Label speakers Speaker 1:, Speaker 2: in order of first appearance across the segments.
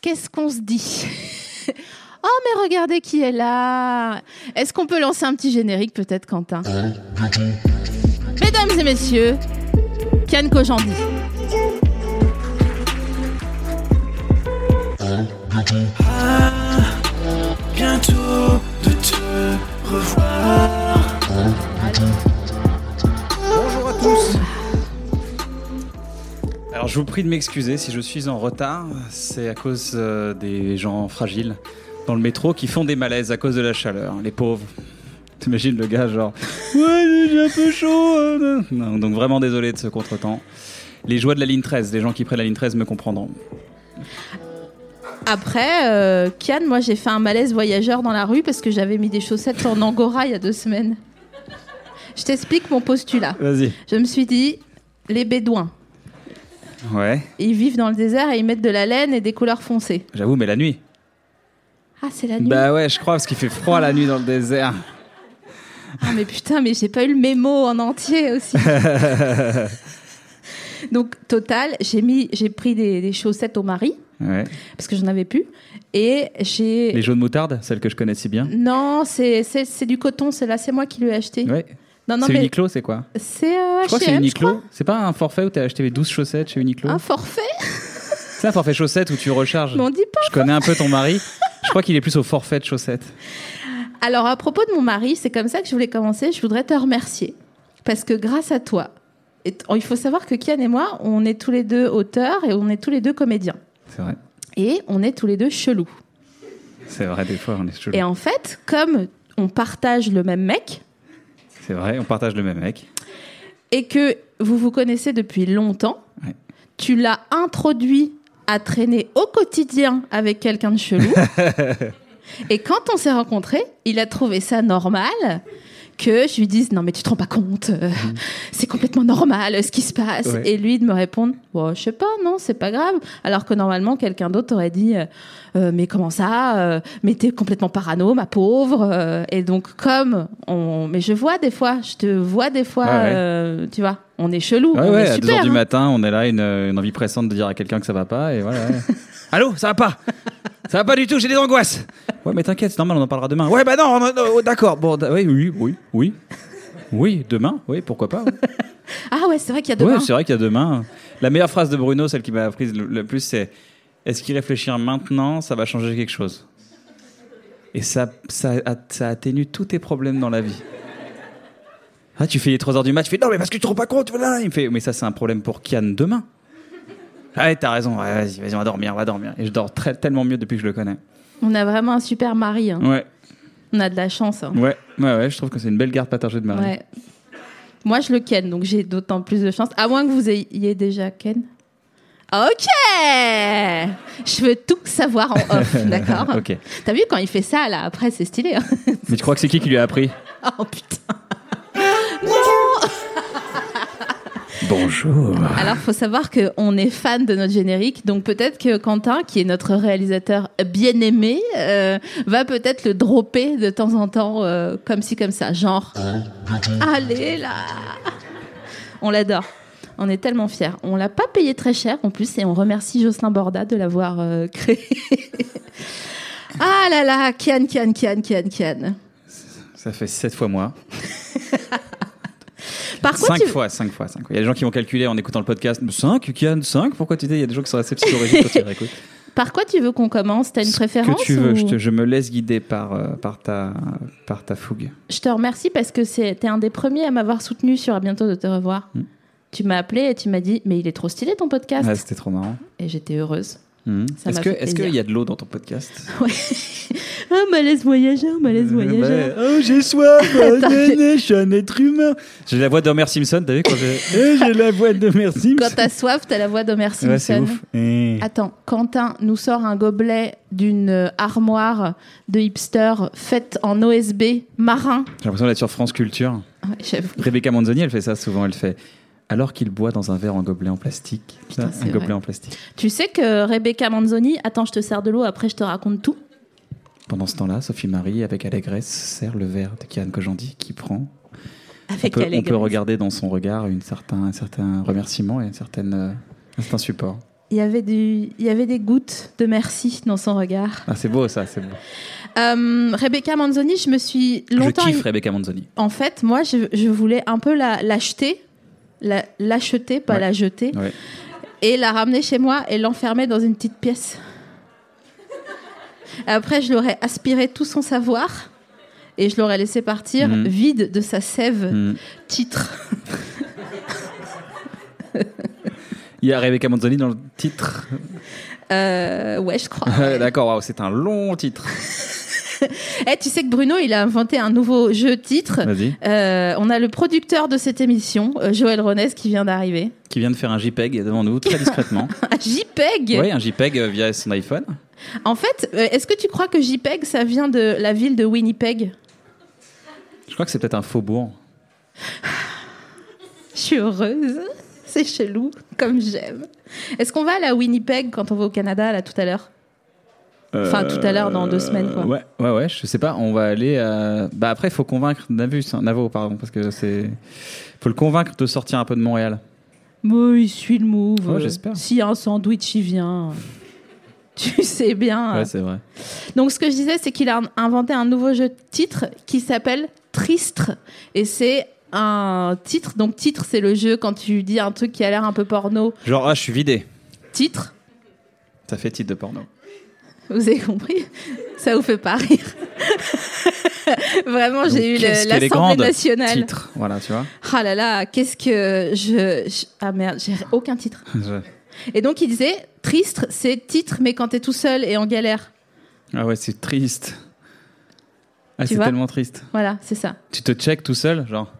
Speaker 1: Qu'est-ce qu'on se dit Oh, mais regardez qui est là Est-ce qu'on peut lancer un petit générique, peut-être, Quentin Mesdames et messieurs, Kian Kojandi.
Speaker 2: bientôt de te revoir.
Speaker 3: Bonjour à tous. Alors je vous prie de m'excuser si je suis en retard, c'est à cause euh, des gens fragiles dans le métro qui font des malaises à cause de la chaleur, les pauvres. T'imagines le gars genre Ouais j'ai un peu chaud euh, non. Non, Donc vraiment désolé de ce contretemps. Les joies de la ligne 13, les gens qui prennent la ligne 13 me comprendront.
Speaker 1: Après, euh, Kian, moi, j'ai fait un malaise voyageur dans la rue parce que j'avais mis des chaussettes en Angora il y a deux semaines. Je t'explique mon postulat.
Speaker 3: Vas-y.
Speaker 1: Je me suis dit, les Bédouins,
Speaker 3: Ouais,
Speaker 1: ils vivent dans le désert et ils mettent de la laine et des couleurs foncées.
Speaker 3: j'avoue mais la nuit.
Speaker 1: Ah, c'est la nuit.
Speaker 3: Bah ouais je crois parce qu'il fait froid la nuit dans le désert.
Speaker 1: Ah mais putain, mais j'ai pas eu le mémo en entier aussi. Donc total, j'ai mis, j'ai pris des, des chaussettes au mari
Speaker 3: Ouais.
Speaker 1: parce que j'en avais plus et j'ai
Speaker 3: Les jaunes moutardes, celles que je connais si bien.
Speaker 1: non, c'est c'est- c'est du coton, c'est là, c'est moi qui l'ai acheté.
Speaker 3: Ouais.
Speaker 1: Non non
Speaker 3: c'est
Speaker 1: mais
Speaker 3: Uniqlo c'est quoi
Speaker 1: c'est euh,
Speaker 3: Je crois que c'est
Speaker 1: H&M, je crois.
Speaker 3: Uniqlo. C'est pas un forfait où t'as acheté les 12 chaussettes chez Uniqlo
Speaker 1: Un forfait,
Speaker 3: C'est un forfait chaussettes où tu recharges.
Speaker 1: mais on dit pas.
Speaker 3: Je connais un peu ton mari. Je crois qu'il est plus au forfait de chaussettes.
Speaker 1: Alors à propos de mon mari, c'est comme ça que je voulais commencer. Je voudrais te remercier parce que grâce à toi, et t- il faut savoir que Kian et moi, on est tous les deux auteurs et on est tous les deux comédiens
Speaker 3: C'est vrai.
Speaker 1: et on est tous les deux chelous.
Speaker 3: C'est vrai, des fois, on est chelou.
Speaker 1: Et en fait, comme on partage le même mec
Speaker 3: C'est vrai, on partage le même mec.
Speaker 1: et que vous vous connaissez depuis longtemps,
Speaker 3: Ouais.
Speaker 1: tu l'as introduit à traîner au quotidien avec quelqu'un de chelou. et quand on s'est rencontrés, il a trouvé ça normal que je lui dise non mais tu te rends pas compte euh, c'est complètement normal euh, ce qui se passe
Speaker 3: Mm. Ouais.
Speaker 1: et lui de me répondre bon je sais pas non c'est pas grave alors que normalement quelqu'un d'autre aurait dit euh, Euh, mais comment ça euh, mais t'es complètement parano ma pauvre euh. et donc comme on mais je vois des fois je te vois des fois
Speaker 3: Ouais, ouais.
Speaker 1: euh, tu vois on est chelou
Speaker 3: Ouais,
Speaker 1: on
Speaker 3: ouais,
Speaker 1: est
Speaker 3: à 2h
Speaker 1: super
Speaker 3: du
Speaker 1: hein.
Speaker 3: matin, on est là, une, une envie pressante de dire à quelqu'un que ça va pas, et voilà. ouais. Allô, ça va pas Ça va pas du tout, j'ai des angoisses Ouais, mais t'inquiète, c'est normal, on en parlera demain. Ouais, bah non, on en- oh, d'accord, bon, d- oui, oui, oui, oui. Oui, demain, oui, pourquoi pas. ouais.
Speaker 1: ah ouais c'est vrai qu'il y a
Speaker 3: Ouais,
Speaker 1: demain
Speaker 3: c'est vrai qu'il y a demain. La meilleure phrase de Bruno, celle qui m'a apprise le, le plus, c'est Est-ce qu'il réfléchir maintenant, ça va changer quelque chose Et ça, ça, a- ça atténue tous tes problèmes dans la vie. Ah, tu fais les 3 heures du match, tu fais Non, mais parce que tu te rends pas compte, voilà. Il me fait Mais ça, c'est un problème pour Kian demain. Ah, ouais, t'as raison, ouais, vas-y, vas-y, on va dormir, on va dormir. Et je dors très- tellement mieux depuis que je le connais.
Speaker 1: on a vraiment un super mari hein.
Speaker 3: Ouais,
Speaker 1: on a de la chance hein.
Speaker 3: ouais, ouais, ouais, je trouve que c'est une belle garde partagée de Marie.
Speaker 1: Ouais. Moi, je le ken, donc j'ai d'autant plus de chance. À moins que vous ayez déjà ken. Ok Je veux tout savoir en off, d'accord
Speaker 3: Ok.
Speaker 1: T'as vu, quand il fait ça, là, après, c'est stylé. hein
Speaker 3: Mais tu crois que c'est qui qui lui a appris
Speaker 1: oh putain
Speaker 3: Bonjour.
Speaker 1: Alors, faut savoir qu'on est fan de notre générique, donc peut-être que Quentin, qui est notre réalisateur bien-aimé, euh, va peut-être le dropper de temps en temps, euh, comme ci, comme ça, genre... Allez, là On l'adore. On est tellement fiers. On l'a pas payé très cher en plus et on remercie Jocelyn Borda de l'avoir euh, créé. ah là là, Kian, Kian, Kian, Kian, Kian.
Speaker 3: Ça fait 7 fois moi.
Speaker 1: Par contre,
Speaker 3: 5
Speaker 1: tu-
Speaker 3: fois, 5 fois, 5 fois. Il y a des gens qui vont calculer en écoutant le podcast. 5, Kian, 5 Pourquoi tu dis Il y a des gens qui sont assez psychologiques quand ils réécoutent.
Speaker 1: par quoi tu veux qu'on commence T'as une préférence
Speaker 3: que tu veux,
Speaker 1: ou-
Speaker 3: je, te- je me laisse guider par, euh, par, ta, par ta fougue.
Speaker 1: Je te remercie parce que c'est- t'es un des premiers à m'avoir soutenu sur À bientôt de te
Speaker 3: Mm.
Speaker 1: revoir. Tu m'as appelé et tu m'as dit mais il est trop stylé ton podcast
Speaker 3: Ah, C'était trop marrant. Hmm.
Speaker 1: et j'étais heureuse. Ça
Speaker 3: Est-ce
Speaker 1: m'a
Speaker 3: que-
Speaker 1: fait
Speaker 3: est-ce qu'il
Speaker 1: plaisir.
Speaker 3: y a de l'eau dans ton podcast
Speaker 1: Ah, malaise voyageur, malaise voyageur.
Speaker 3: Euh, Ouais. Oh, j'ai soif,
Speaker 1: Attends,
Speaker 3: né,
Speaker 1: j'ai-
Speaker 3: né, je suis un être humain. J'ai la voix d'Homer Simpson, t'as vu quand j'ai Eh, j'ai la voix d'Homer Simpson. Ah
Speaker 1: Quand t'as soif, t'as la voix d'Homer Simpson.
Speaker 3: Ouais, c'est ouf. Eh.
Speaker 1: Attends, Quentin nous sort un gobelet d'une euh, armoire de hipster faite en OSB marin.
Speaker 3: J'ai l'impression d'être sur France Culture.
Speaker 1: Ouais, j'avoue.
Speaker 3: Rebecca Manzoni, elle fait ça souvent, elle fait alors qu'il boit dans un verre en gobelet en plastique.
Speaker 1: Putain,
Speaker 3: Ça,
Speaker 1: c'est
Speaker 3: un
Speaker 1: vrai.
Speaker 3: gobelet en plastique.
Speaker 1: Tu sais que Rebecca Manzoni, attends, je te sers de l'eau, après je te raconte tout.
Speaker 3: Pendant ce temps-là, Sophie Marie, avec allégresse, sert le verre de Kian Kojandi qui prend. On
Speaker 1: Avec
Speaker 3: peut, on
Speaker 1: allégresse.
Speaker 3: peut regarder dans son regard une certain, un certain remerciement et une certaine, euh, un certain support.
Speaker 1: Il y avait du, il y avait des gouttes de merci dans son regard.
Speaker 3: Ah, c'est beau ça, c'est beau.
Speaker 1: Euh, Rebecca Manzoni, je me suis longtemps.
Speaker 3: Je kiffe Rebecca Manzoni.
Speaker 1: En fait, moi, je, je voulais un peu la l'acheter, la- l'acheter, pas
Speaker 3: Ouais.
Speaker 1: la jeter,
Speaker 3: Ouais.
Speaker 1: et la ramener chez moi et l'enfermer dans une petite pièce. Après, je l'aurais aspiré tout son savoir et je l'aurais laissé partir
Speaker 3: Mhm.
Speaker 1: vide de sa sève
Speaker 3: Hmm.
Speaker 1: titre.
Speaker 3: Il y a Rebecca Manzoni dans le titre.
Speaker 1: Euh, ouais, je crois.
Speaker 3: Euh, D'accord, waouh, c'est un long titre.
Speaker 1: Eh, tu sais que Bruno, il a inventé un nouveau jeu titre.
Speaker 3: Vas-y.
Speaker 1: Euh, on a le producteur de cette émission, euh, Joël Ronès, qui vient d'arriver.
Speaker 3: Qui vient de faire un JPEG devant nous, très discrètement.
Speaker 1: Un JPEG
Speaker 3: Oui, un JPEG euh, via son iPhone.
Speaker 1: En fait, euh, est-ce que tu crois que JPEG, ça vient de la ville de Winnipeg
Speaker 3: Je crois que c'est peut-être un faubourg.
Speaker 1: Je suis heureuse. C'est chelou, comme j'aime. Est-ce qu'on va à la Winnipeg quand on va au Canada, là, tout à l'heure Enfin, tout à l'heure, dans deux semaines, quoi.
Speaker 3: Euh, Ouais, ouais, ouais, je sais pas. On va aller. à- Bah après, il faut convaincre Navus, hein, Navo, pardon, parce que c'est. Faut le convaincre de sortir un peu de Montréal.
Speaker 1: Moi, il suit le move.
Speaker 3: Ouais, Euh, j'espère.
Speaker 1: S'il y a un sandwich, il vient. Tu sais bien.
Speaker 3: Ouais, c'est vrai.
Speaker 1: Donc, ce que je disais, c'est qu'il a inventé un nouveau jeu de titre qui s'appelle Tristre. Et c'est un titre. Donc, titre, c'est le jeu quand tu dis un truc qui a l'air un peu porno.
Speaker 3: Genre, ah, je suis vidé.
Speaker 1: Titre,
Speaker 3: Ça fait titre de porno.
Speaker 1: vous avez compris Ça vous fait pas rire. Vraiment, Oh, j'ai eu le-
Speaker 3: Donc, qu'est-ce qu'elle est
Speaker 1: l'Assemblée
Speaker 3: grande,
Speaker 1: nationale.
Speaker 3: Titre, voilà, tu vois.
Speaker 1: Ah là là, qu'est-ce que je, je- Ah merde, j'ai aucun titre.
Speaker 3: Je-
Speaker 1: Et donc, il disait Tristre, c'est titre, mais quand t'es tout seul et en galère.
Speaker 3: Ah ouais, c'est triste. Ah,
Speaker 1: Tu
Speaker 3: c'est
Speaker 1: vois
Speaker 3: tellement triste.
Speaker 1: Voilà, c'est ça.
Speaker 3: Tu te check tout seul, genre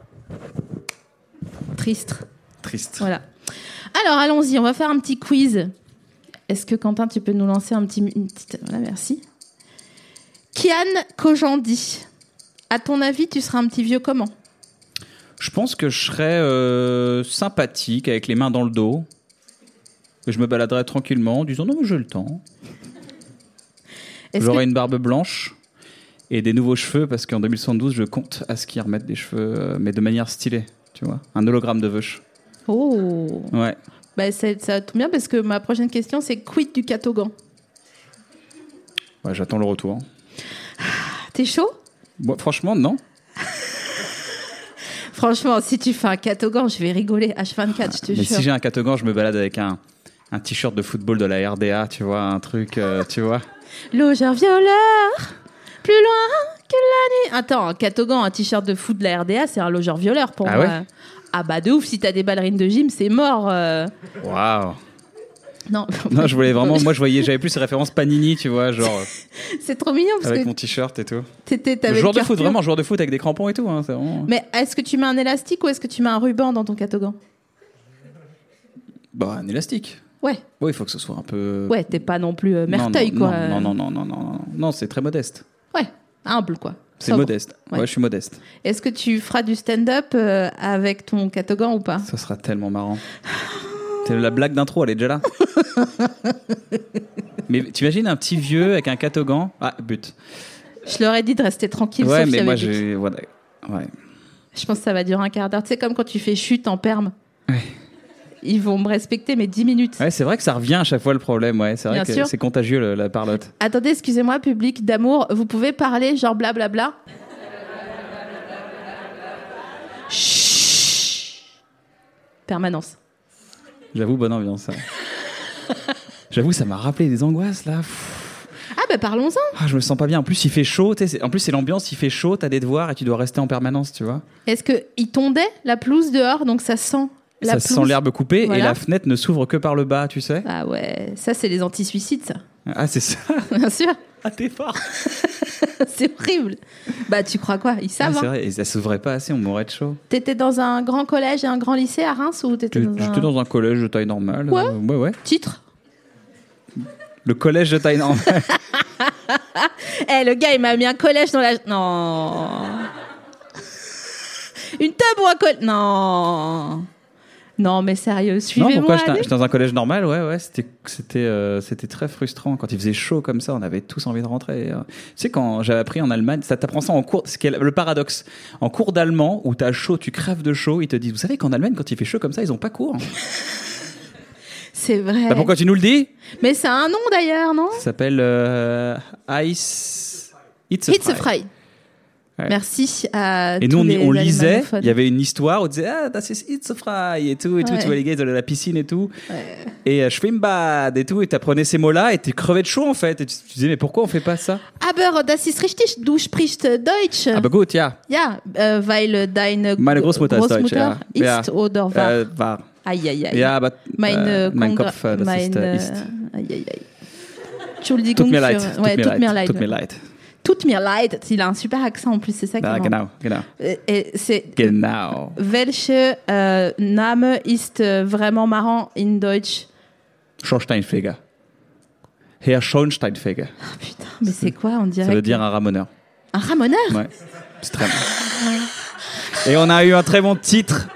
Speaker 1: Tristre.
Speaker 3: triste.
Speaker 1: Voilà. Alors allons-y, on va faire un petit quiz. Est-ce que Quentin, tu peux nous lancer un petit, une petite... Voilà, merci. Kian Kojandi, à ton avis, tu seras un petit vieux comment
Speaker 3: Je pense que je serais euh, sympathique avec les mains dans le dos. Et Je me baladerais tranquillement en disant non, mais j'ai le temps.
Speaker 1: Est-ce
Speaker 3: J'aurais
Speaker 1: que-
Speaker 3: une barbe blanche et des nouveaux cheveux parce qu'en 2012, je compte à ce qu'ils remettent des cheveux, euh, mais de manière stylée, tu vois. Un hologramme de veuche.
Speaker 1: Oh
Speaker 3: Ouais.
Speaker 1: bah, c'est- Ça tombe bien parce que ma prochaine question, c'est quid du catogan
Speaker 3: Ouais, j'attends le retour.
Speaker 1: T'es chaud
Speaker 3: Bon, franchement, non.
Speaker 1: Franchement, si tu fais un catogan, je vais rigoler H24, je te
Speaker 3: Mais
Speaker 1: jure.
Speaker 3: si j'ai un catogan, je me balade avec un, un t-shirt de football de la RDA, tu vois, un truc, euh, tu vois.
Speaker 1: Logeur violeur, plus loin que la nuit. Attends, un catogan, un t-shirt de foot de la RDA, c'est un logeur violeur pour
Speaker 3: Ah
Speaker 1: moi.
Speaker 3: ouais
Speaker 1: ah bah de ouf, si t'as des ballerines de gym, c'est mort. euh.
Speaker 3: Waouh.
Speaker 1: Non,
Speaker 3: Non, je voulais vraiment. Moi, je voyais, j'avais plus ces références Panini, tu vois, genre euh,
Speaker 1: c'est trop mignon parce
Speaker 3: avec
Speaker 1: que
Speaker 3: Ah mon t-shirt et tout.
Speaker 1: t'étais t'avais le
Speaker 3: Joueur de
Speaker 1: cœur
Speaker 3: foot,
Speaker 1: pur.
Speaker 3: vraiment joueur de foot avec des crampons et tout. Hein, c'est vraiment-
Speaker 1: Mais est-ce que tu mets un élastique ou est-ce que tu mets un ruban dans ton catogan
Speaker 3: Bah, un élastique.
Speaker 1: Ouais,
Speaker 3: Oui, il faut que ce soit un peu.
Speaker 1: ouais, t'es pas non plus euh,
Speaker 3: Non,
Speaker 1: merteuil
Speaker 3: non,
Speaker 1: quoi.
Speaker 3: Non, non, non, non, non, non, non, non, c'est très modeste.
Speaker 1: Ouais, humble quoi.
Speaker 3: C'est
Speaker 1: Sobre.
Speaker 3: modeste. Ouais.
Speaker 1: Ouais.
Speaker 3: je suis modeste.
Speaker 1: Est-ce que tu feras du stand-up euh, avec ton catogan ou pas
Speaker 3: Ça sera tellement marrant. C'est la blague d'intro, elle est déjà là. Mais t'imagines un petit vieux avec un catogan Ah, but.
Speaker 1: Je leur ai dit de rester tranquille.
Speaker 3: ouais,
Speaker 1: sauf s'il y
Speaker 3: mais moi,
Speaker 1: avait but.
Speaker 3: j'ai. voilà. Ouais.
Speaker 1: Je pense que ça va durer un quart d'heure. Tu sais, comme quand tu fais chute en perme. Ils vont me respecter, mais 10 minutes.
Speaker 3: Ouais, c'est vrai que ça revient à chaque fois le problème. Ouais, c'est vrai
Speaker 1: Bien
Speaker 3: que
Speaker 1: sûr.
Speaker 3: c'est contagieux le- la parlotte.
Speaker 1: Attendez, excusez-moi, public d'amour, vous pouvez parler genre blablabla Chut. Permanence.
Speaker 3: J'avoue, bonne ambiance. ça. J'avoue, ça m'a rappelé des angoisses là. Pfff.
Speaker 1: Ah bah parlons-en
Speaker 3: Ah, je me sens pas bien. En plus, il fait chaud. tu sais, c'est- En plus, c'est l'ambiance. Il fait chaud. T'as des devoirs et tu dois rester en permanence, tu vois.
Speaker 1: Est-ce que il tondait la pelouse dehors, donc ça sent La
Speaker 3: ça sent
Speaker 1: pelouse.
Speaker 3: l'herbe coupée et
Speaker 1: Voilà.
Speaker 3: la fenêtre ne s'ouvre que par le bas, tu sais.
Speaker 1: Ah ouais, ça c'est les anti-suicides, ça.
Speaker 3: Ah, c'est ça.
Speaker 1: Bien sûr,
Speaker 3: Ah, t'es fort.
Speaker 1: c'est horrible. Bah tu crois quoi Ils
Speaker 3: Ah,
Speaker 1: savent.
Speaker 3: c'est
Speaker 1: hein.
Speaker 3: vrai, et ça s'ouvrait pas assez, on mourrait de chaud.
Speaker 1: T'étais dans un grand collège et un grand lycée à Reims ou t'étais dans
Speaker 3: J'étais
Speaker 1: un
Speaker 3: dans un collège de taille normale.
Speaker 1: Ouais.
Speaker 3: euh, ouais, ouais.
Speaker 1: titre
Speaker 3: Le collège de taille normale.
Speaker 1: Eh, le gars, il m'a mis un collège dans la. Non. Une table ou un collège. Non. Non, mais sérieux,
Speaker 3: non, pourquoi
Speaker 1: suivez-moi.
Speaker 3: j'étais
Speaker 1: allez.
Speaker 3: j'étais dans un collège normal Ouais, ouais, c'était c'était euh, c'était très frustrant. Quand il faisait chaud comme ça, on avait tous envie de rentrer. euh. Tu sais, quand j'avais appris en Allemagne, ça t'apprend ça en cours, ce qui est le paradoxe. En cours d'allemand, où t'as chaud, tu crèves de chaud, ils te disent Vous savez qu'en Allemagne, quand il fait chaud comme ça, ils ont pas cours.
Speaker 1: C'est vrai.
Speaker 3: Bah, pourquoi tu nous le dis
Speaker 1: Mais c'est un nom d'ailleurs, non
Speaker 3: Ça s'appelle euh, Ice. It's a
Speaker 1: It's a
Speaker 3: Fry.
Speaker 1: fry.
Speaker 3: Ouais.
Speaker 1: Merci à
Speaker 3: Et
Speaker 1: tous
Speaker 3: nous, on,
Speaker 1: les
Speaker 3: on lisait,
Speaker 1: allemanophones.
Speaker 3: il y avait une histoire où on disait Ah, das ist It's a Fry et tout, et tout,
Speaker 1: Ouais.
Speaker 3: tu vois les gars, ils allaient à la piscine et tout. Et euh, je fais une bad et tout, et t'apprenais ces mots-là, et t'es crevé de chaud en fait. Et tu, tu disais Mais pourquoi on fait pas ça
Speaker 1: Aber das ist richtig, du sprichst Deutsch.
Speaker 3: Ah, bah, gut, ja.
Speaker 1: Ja, äh, weil deine
Speaker 3: Meine Großmutter ist Deutsch,
Speaker 1: Großmutter
Speaker 3: ja. Ja.
Speaker 1: ist oder war.
Speaker 3: Euh, war.
Speaker 1: Aïe, aïe, euh, aïe.
Speaker 3: Ja, aber,
Speaker 1: Meine
Speaker 3: äh, mein
Speaker 1: Kongra-
Speaker 3: Kopf, äh, das ist,
Speaker 1: meine-
Speaker 3: äh, ist.
Speaker 1: euh, Aïe, aïe, aïe. Entschuldigung
Speaker 3: Tut mir
Speaker 1: für-
Speaker 3: leid,
Speaker 1: Ouais,
Speaker 3: tut mir leid, tut mir
Speaker 1: ouais.
Speaker 3: leid.
Speaker 1: Tut mir leid. Il a un super accent en plus, c'est ça qui est
Speaker 3: Ah,
Speaker 1: marrant.
Speaker 3: Genau, genau.
Speaker 1: Et- et c'est
Speaker 3: Genau.
Speaker 1: Welche euh, Name ist euh, vraiment marrant in Deutsch
Speaker 3: Schornsteinfeger. Herr Schornsteinfeger.
Speaker 1: Ah, Putain, mais c'est quoi on dirait
Speaker 3: Ça veut
Speaker 1: que-
Speaker 3: dire un ramoneur.
Speaker 1: un ramoneur
Speaker 3: Ouais, c'est très bon. Et on a eu un très bon titre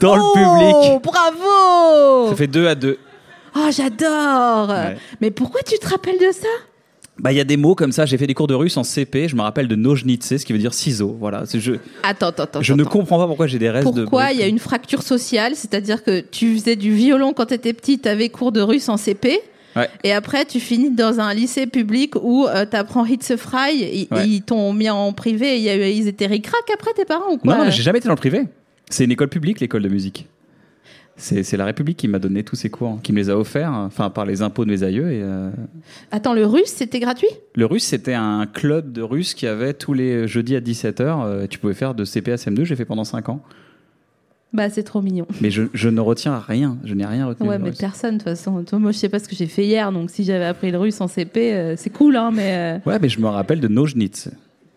Speaker 3: dans le
Speaker 1: Oh,
Speaker 3: public.
Speaker 1: bravo
Speaker 3: Ça fait deux à deux.
Speaker 1: Oh, j'adore
Speaker 3: Ouais.
Speaker 1: Mais pourquoi tu te rappelles de ça
Speaker 3: Bah, il y a des mots comme ça. J'ai fait des cours de russe en CP. Je me rappelle de nojnitse, ce qui veut dire ciseaux. Voilà. C'est- Je,
Speaker 1: Attends, attends, attends.
Speaker 3: je ne
Speaker 1: attends.
Speaker 3: comprends pas pourquoi j'ai des restes de.
Speaker 1: Oh, Pourquoi
Speaker 3: bruit.
Speaker 1: il y a une fracture sociale C'est-à-dire que tu faisais du violon quand t'étais petite, t'avais cours de russe en CP,
Speaker 3: Ouais.
Speaker 1: et après tu finis dans un lycée public où euh, t'apprends Hits a Fry, et- et
Speaker 3: Ouais.
Speaker 1: ils t'ont mis en privé, et il y a eu- ils étaient ricrac après tes parents ou quoi
Speaker 3: Non, non, mais j'ai jamais été dans le privé. C'est une école publique, l'école de musique. C'est c'est la République qui m'a donné tous ces cours, hein, qui me les a offerts, hein, enfin par les impôts de mes aïeux. Et, euh,
Speaker 1: Attends, le russe, c'était gratuit
Speaker 3: Le russe, c'était un club de russes qui avait tous les jeudis à 17h. tu pouvais faire de CP à CM2, j'ai fait pendant 5 ans.
Speaker 1: Bah, c'est trop mignon.
Speaker 3: Mais je, je ne retiens rien, je n'ai rien retenu.
Speaker 1: Ouais,
Speaker 3: du
Speaker 1: mais
Speaker 3: russe.
Speaker 1: personne, de toute façon. Toi, moi, je sais pas ce que j'ai fait hier, donc si j'avais appris le russe en CP, euh, c'est cool, hein, mais. euh,
Speaker 3: Ouais, mais je me rappelle de Nojnitz.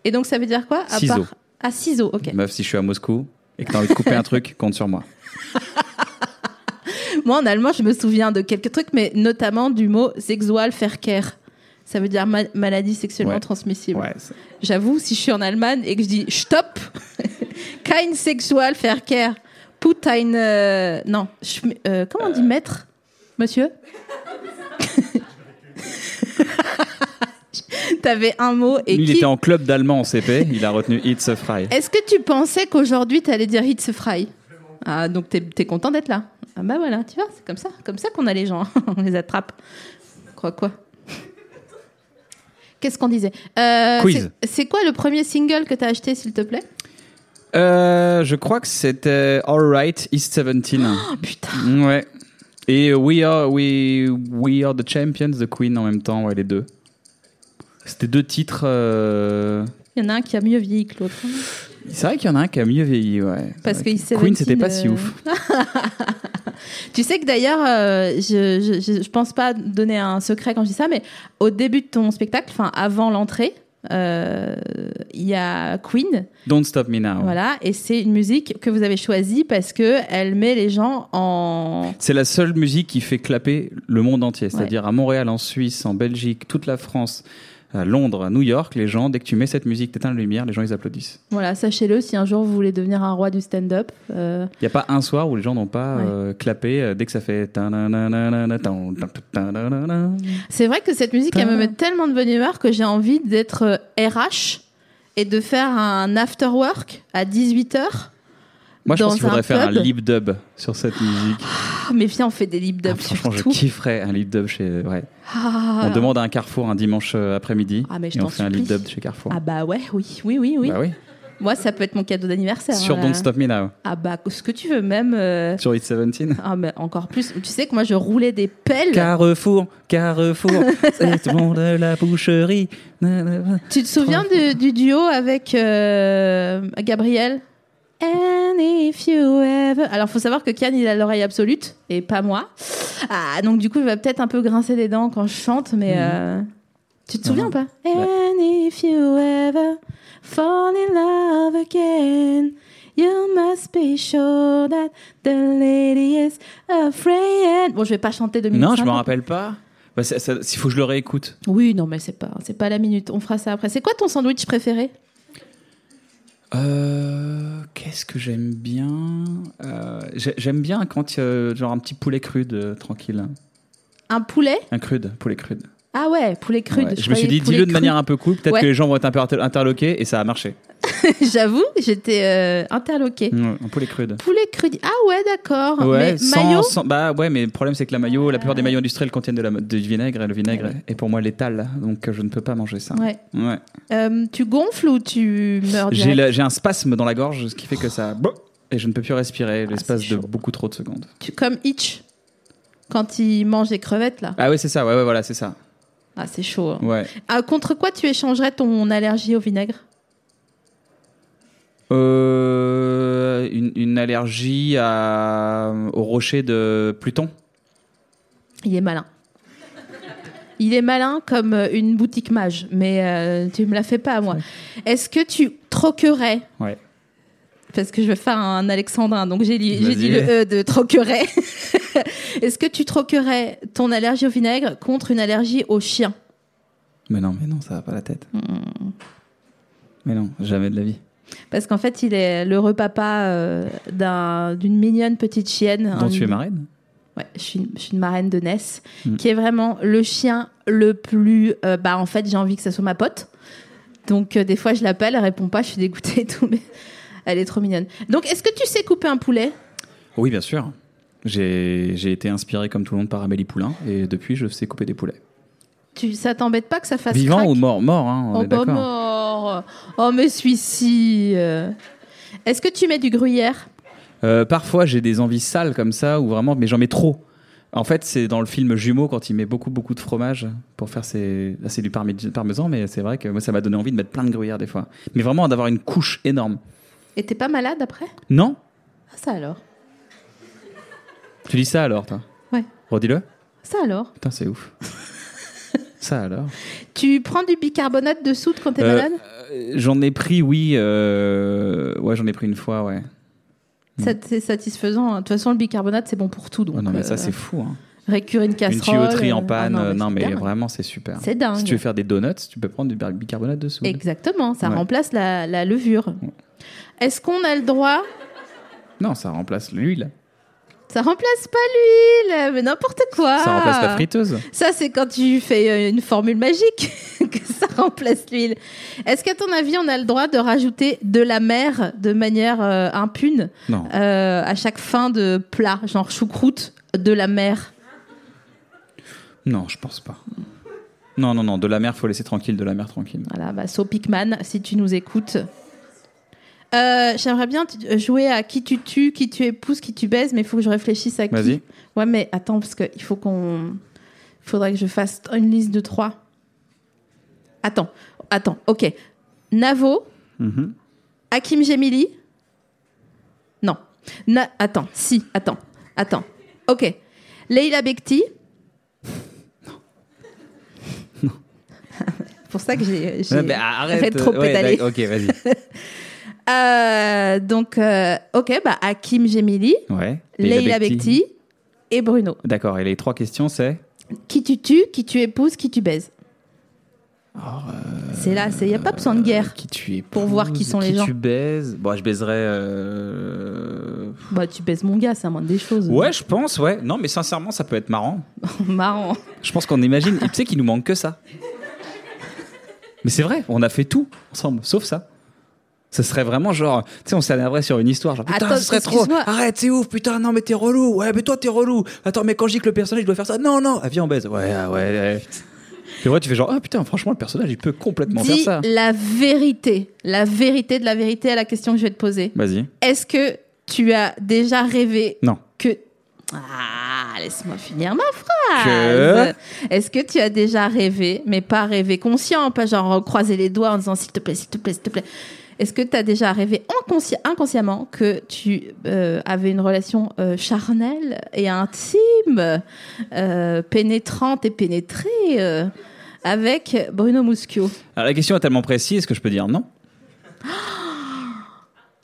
Speaker 1: Et donc, ça veut dire quoi à
Speaker 3: Ciseaux.
Speaker 1: Part... Ah, ciseaux, ok.
Speaker 3: Meuf, si je suis à Moscou et que t'as envie de couper un truc, compte sur moi.
Speaker 1: Moi, en allemand, je me souviens de quelques trucs, mais notamment du mot Sexualverkehr. Ça veut dire ma- maladie sexuellement
Speaker 3: Ouais.
Speaker 1: transmissible.
Speaker 3: Ouais, c'est-
Speaker 1: J'avoue, si je suis en Allemagne et que je dis stop, kein Sexualverkehr, put ein. euh, non, schm- euh, comment on dit maître Monsieur T'avais un mot et
Speaker 3: Lui, il
Speaker 1: qui.
Speaker 3: était en club d'allemand en CP, il a retenu It's a Fry.
Speaker 1: Est-ce que tu pensais qu'aujourd'hui t'allais dire Hits Fry Ah, donc t'es es content d'être là Ah bah voilà, tu vois, c'est comme ça, comme ça qu'on a les gens, hein. on les attrape. Quoi quoi Qu'est-ce qu'on disait Euh,
Speaker 3: Quiz.
Speaker 1: c'est- C'est quoi le premier single que t'as acheté, s'il te plaît
Speaker 3: Euh, je crois que c'était Alright East 17.
Speaker 1: Oh putain
Speaker 3: Ouais. Et euh, we are, we, we are the Champions, The Queen en même temps, ouais, les deux. C'était deux titres. euh,
Speaker 1: Il y en a un qui a mieux vieilli que l'autre. hein.
Speaker 3: C'est vrai qu'il y en a un qui a mieux vieilli, ouais. C'est
Speaker 1: Parce
Speaker 3: vrai
Speaker 1: que East
Speaker 3: Queen,
Speaker 1: 17,
Speaker 3: c'était pas si
Speaker 1: euh,
Speaker 3: ouf.
Speaker 1: Tu sais que d'ailleurs, euh, je, je, je- je pense pas donner un secret quand je dis ça, mais au début de ton spectacle, enfin avant l'entrée, euh, il y a Queen
Speaker 3: Don't Stop Me Now.
Speaker 1: Voilà, et c'est une musique que vous avez choisie parce que elle met les gens en.
Speaker 3: C'est la seule musique qui fait clapper le monde entier. C'est-à-dire à Montréal, en Suisse, en Belgique, toute la France, à Londres, à New York, les gens, dès que tu mets cette musique, t'éteins la lumière, les gens ils applaudissent.
Speaker 1: Voilà, sachez-le si un jour vous voulez devenir un roi du stand-up. euh,
Speaker 3: Il n'y a pas un soir où les gens n'ont pas
Speaker 1: Ouais.
Speaker 3: euh, clappé euh, dès que ça fait. ta-na-na-na-na-na, tan, tan, tan, ta-na-na-na.
Speaker 1: C'est vrai que cette musique, elle me met tellement de bonne humeur que j'ai envie d'être euh, RH et de faire un after work à 18h.
Speaker 3: Moi je
Speaker 1: Dans
Speaker 3: pense qu'il faudrait
Speaker 1: un
Speaker 3: faire un
Speaker 1: pub.
Speaker 3: lip dub sur cette musique.
Speaker 1: mais viens, on fait des lip
Speaker 3: Ah,
Speaker 1: dubs
Speaker 3: franchement, je
Speaker 1: surtout.
Speaker 3: kifferais un lip dub chez. Ouais.
Speaker 1: Ah,
Speaker 3: On demande à un Carrefour un dimanche euh, après-midi
Speaker 1: Ah, mais je
Speaker 3: et on
Speaker 1: t'en
Speaker 3: fait un lip
Speaker 1: supplie.
Speaker 3: dub chez Carrefour.
Speaker 1: ah bah ouais, oui, oui, oui, oui.
Speaker 3: Bah oui.
Speaker 1: Moi, ça peut être mon cadeau d'anniversaire.
Speaker 3: Sur
Speaker 1: euh.
Speaker 3: Don't Stop Me Now,
Speaker 1: Ah bah, ce que tu veux même. euh,
Speaker 3: sur It's 17.
Speaker 1: Ah, mais encore plus. Tu sais que moi, je roulais des pelles.
Speaker 3: Carrefour, Carrefour, c'est le monde de la boucherie. Na, na, na.
Speaker 1: Tu te souviens du, du duo avec euh, Gabriel And if you ever. Alors, faut savoir que Kian, il a l'oreille absolute et pas moi. Ah, donc du coup, il va peut-être un peu grincer des dents quand je chante, mais
Speaker 3: Mhm.
Speaker 1: euh, tu te
Speaker 3: Non,
Speaker 1: souviens
Speaker 3: non.
Speaker 1: pas And if you ever fall in love again, you must be sure that the lady is afraid. Bon, je vais pas chanter de minutes.
Speaker 3: Non, je me
Speaker 1: 50.
Speaker 3: rappelle pas. Bah, ça- ça- S'il faut que je le réécoute.
Speaker 1: Oui, non, mais c'est pas, c'est pas la minute. On fera ça après. C'est quoi ton sandwich préféré
Speaker 3: Euh, Qu'est-ce que j'aime bien Euh, j'ai- J'aime bien quand euh, genre un petit poulet crude euh, tranquille,
Speaker 1: Un poulet
Speaker 3: un crude, poulet crude.
Speaker 1: Ah ouais, poulet crude.
Speaker 3: Ouais. Je me suis dit dis-le de manière un peu cool, peut-être
Speaker 1: Ouais.
Speaker 3: que les gens vont être un peu inter- interloqués et ça a marché.
Speaker 1: J'avoue, j'étais euh, interloquée.
Speaker 3: Ouais, un poulet crude.
Speaker 1: Poulet crude. Ah ouais, d'accord.
Speaker 3: Hmm. Ouais,
Speaker 1: mais
Speaker 3: sans-
Speaker 1: maillot
Speaker 3: sans- bah ouais, mais le problème c'est que la maillot, la plupart des maillots industriels contiennent de la, du vinaigre et le vinaigre est pour moi létal, donc euh, je ne peux pas manger ça.
Speaker 1: Ouais.
Speaker 3: Ouais.
Speaker 1: Euh, tu gonfles ou tu meurs
Speaker 3: J'ai
Speaker 1: direct
Speaker 3: la- j'ai un spasme dans la gorge, ce qui fait que ça et je ne peux plus respirer l'espace
Speaker 1: Ah, c'est
Speaker 3: de
Speaker 1: chaud.
Speaker 3: beaucoup trop de secondes.
Speaker 1: Tu- Comme Hitch, quand il mange des crevettes, là.
Speaker 3: Ah ouais, c'est ça. Ouais, ouais, voilà, c'est ça.
Speaker 1: Ah, c'est chaud. hein.
Speaker 3: Ouais.
Speaker 1: Ah, contre quoi tu échangerais ton allergie au vinaigre
Speaker 3: Euh, une, une allergie à, au rocher de Pluton.
Speaker 1: Il est malin. Il est malin comme euh, une boutique mage, mais euh, tu me la fais pas à moi. Est-ce que tu troquerais
Speaker 3: Ouais.
Speaker 1: parce que je vais faire un alexandrin, donc j'ai li- j'ai
Speaker 3: Vas-y.
Speaker 1: dit le E de troquerais. Est-ce que tu troquerais ton allergie au vinaigre contre une allergie au chien
Speaker 3: Mais non, mais non, ça va pas la tête.
Speaker 1: Hmm.
Speaker 3: Mais non, jamais de la vie.
Speaker 1: Parce qu'en fait, il est l'heureux papa euh, d'un- d'une mignonne petite chienne.
Speaker 3: Dont
Speaker 1: Un-
Speaker 3: tu es marraine.
Speaker 1: Ouais, je suis, je suis une marraine de Ness,
Speaker 3: Mm.
Speaker 1: qui est vraiment le chien le plus. euh, bah, en fait, j'ai envie que ça soit ma pote. Donc, euh, des fois, je l'appelle, elle répond pas, je suis dégoûtée et tout, mais elle est trop mignonne. Donc, est-ce que tu sais couper un poulet
Speaker 3: Oui, bien sûr. J'ai j'ai été inspiré comme tout le monde par Amélie Poulain et depuis je sais couper des poulets.
Speaker 1: tu, Ça t'embête pas que ça fasse
Speaker 3: Vivant
Speaker 1: crack
Speaker 3: ou mort Mort, hein, on
Speaker 1: Oh,
Speaker 3: est
Speaker 1: bah,
Speaker 3: d'accord.
Speaker 1: mort Oh, mais celui-ci euh. Est-ce que tu mets du gruyère
Speaker 3: Euh, parfois, j'ai des envies sales comme ça, ou vraiment, mais j'en mets trop. En fait, c'est dans le film Jumeaux quand il met beaucoup, beaucoup de fromage pour faire ses. Là, c'est du parmi- parmesan, mais c'est vrai que moi, ça m'a donné envie de mettre plein de gruyère des fois. Mais vraiment, d'avoir une couche énorme.
Speaker 1: Et t'es pas malade après
Speaker 3: Non
Speaker 1: Ah, Ça alors
Speaker 3: Tu dis ça alors, toi
Speaker 1: Ouais,
Speaker 3: Redis-le
Speaker 1: ça alors
Speaker 3: Putain, c'est ouf. ça alors
Speaker 1: Tu prends du bicarbonate de soude quand t'es
Speaker 3: Euh,
Speaker 1: malade
Speaker 3: euh, J'en ai pris, oui. euh, Ouais, j'en ai pris une fois, ouais.
Speaker 1: Ça, C'est satisfaisant. hein. De toute façon, le bicarbonate, c'est bon pour tout. Donc,
Speaker 3: Ouais, mm. non, mais ça,
Speaker 1: euh,
Speaker 3: c'est fou. hein.
Speaker 1: récurer une
Speaker 3: Une
Speaker 1: casserole.
Speaker 3: tuyauterie
Speaker 1: euh,
Speaker 3: en
Speaker 1: ah
Speaker 3: panne. euh, non,
Speaker 1: c'est
Speaker 3: mais,
Speaker 1: dingue.
Speaker 3: vraiment, c'est super.
Speaker 1: C'est dingue.
Speaker 3: Si tu veux faire des donuts, tu peux prendre du bar- bicarbonate de soude.
Speaker 1: Exactement, ça
Speaker 3: Ouais.
Speaker 1: remplace la, la levure. Est-ce qu'on a le droit
Speaker 3: Non, ça remplace l'huile.
Speaker 1: Ça remplace pas l'huile, mais n'importe quoi.
Speaker 3: Ça remplace la friteuse.
Speaker 1: Ça, c'est quand tu fais euh, une formule magique que ça remplace l'huile. Est-ce qu'à ton avis, on a le droit de rajouter de la mer de manière euh, impune
Speaker 3: Non.
Speaker 1: euh, à chaque fin de plat, genre choucroute de la mer
Speaker 3: Non, je pense pas. Non, non, non, de la mer, faut laisser tranquille, de la mer tranquille.
Speaker 1: Voilà, bah, So Picman, si tu nous écoutes. Euh, J'aimerais bien t- euh, jouer à qui tu tues, qui tu épouses, qui tu baises, mais il faut que je réfléchisse à qui.
Speaker 3: Vas-y.
Speaker 1: Ouais, mais attends, parce qu'il faut qu'on. Il faudrait que je fasse une liste de trois. Attends, attends, ok. Navo, Hakim Gemili. Non. Na- attends, si, attends, attends. Ok. Leila Bekti. C'est pour ça que j'ai j'ai
Speaker 3: Ouais, mais
Speaker 1: arrête de trop
Speaker 3: ouais,
Speaker 1: pédaler.
Speaker 3: d'ac- ok, vas-y.
Speaker 1: Euh, donc, euh, ok, bah, Hakim Gemili,
Speaker 3: Ouais.
Speaker 1: Leila Bekti et Bruno.
Speaker 3: D'accord, et les trois questions, c'est
Speaker 1: Qui tu tues, qui tu épouses, qui tu baises. c'est là, il n'y a pas besoin de guerre.
Speaker 3: Qui tu es
Speaker 1: Pour voir qui sont les gens.
Speaker 3: tu baises Bon, je baiserais. euh,
Speaker 1: Bah, tu baises mon gars, c'est un moindre des choses.
Speaker 3: Ouais, je pense, ouais. Non, mais sincèrement, ça peut être marrant.
Speaker 1: Marrant.
Speaker 3: Je pense qu'on imagine. Et tu sais qu'il nous manque que ça. Mais c'est vrai, on a fait tout ensemble, sauf ça. Ce serait vraiment genre, tu sais, on s'énerverait sur une histoire. Genre, putain,
Speaker 1: Attends,
Speaker 3: ce serait trop.
Speaker 1: excuse-moi.
Speaker 3: Arrête, c'est ouf, putain, non, mais t'es relou. Ouais, mais toi, t'es relou. Attends, mais quand je dis que le personnage doit faire ça, non, non, ah, viens, on baise. Ouais, ah, ouais, ouais. Et ouais, tu fais genre, ah putain, franchement, le personnage, il peut complètement
Speaker 1: Dis
Speaker 3: faire ça.
Speaker 1: la vérité, la vérité de la vérité à la question que je vais te poser.
Speaker 3: Vas-y.
Speaker 1: Est-ce que tu as déjà rêvé
Speaker 3: Bah. Non.
Speaker 1: que... Ah, laisse-moi finir ma phrase. Est-ce que tu as déjà rêvé, mais pas rêvé conscient, pas genre croiser les doigts en disant s'il te plaît, s'il te plaît, s'il te plaît, Est-ce que tu as déjà rêvé inconsci- inconsciemment que tu euh, avais une relation euh, charnelle et intime, euh, pénétrante et pénétrée euh, avec Bruno Muschio
Speaker 3: Alors la question est tellement précise, est-ce que je peux dire non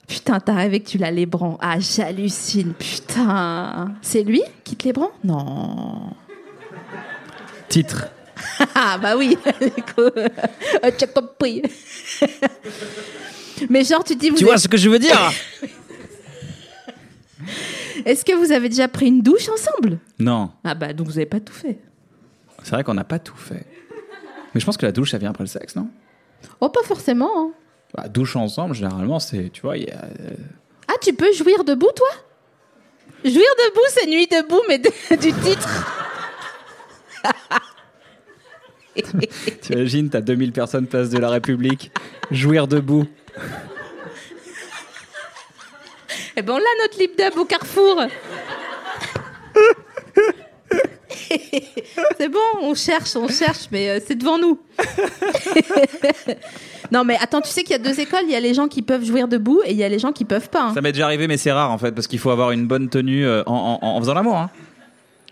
Speaker 1: Putain, t'as rêvé que tu la lébran. Ah, j'hallucine, putain. C'est lui qui te lébran Non.
Speaker 3: Titre.
Speaker 1: Ah, bah oui, du coup, euh, tu as compris. Mais genre, tu te dis, vous
Speaker 3: Tu
Speaker 1: avez-
Speaker 3: vois ce que je veux dire
Speaker 1: est-ce que vous avez déjà pris une douche ensemble
Speaker 3: Non.
Speaker 1: Ah, bah donc vous n'avez pas tout fait.
Speaker 3: C'est vrai qu'on n'a pas tout fait. Mais je pense que la douche, ça vient après le sexe, non
Speaker 1: Oh, pas forcément. hein.
Speaker 3: bah, Douche ensemble, généralement, c'est. Tu vois, il y a. euh,
Speaker 1: Ah, tu peux jouir debout, toi Jouir debout, c'est nuit debout, mais de- du titre.
Speaker 3: T'imagines, t'as 2000 personnes place de la République, jouir debout.
Speaker 1: Eh ben, on l'a notre lip dub au carrefour. c'est bon, on cherche, on cherche, mais euh, c'est devant nous. non, mais attends, tu sais qu'il y a deux écoles. Il y a les gens qui peuvent jouir debout et il y a les gens qui peuvent pas. hein.
Speaker 3: Ça m'est déjà arrivé, mais c'est rare en fait, parce qu'il faut avoir une bonne tenue euh, en, en- en faisant l'amour. hein.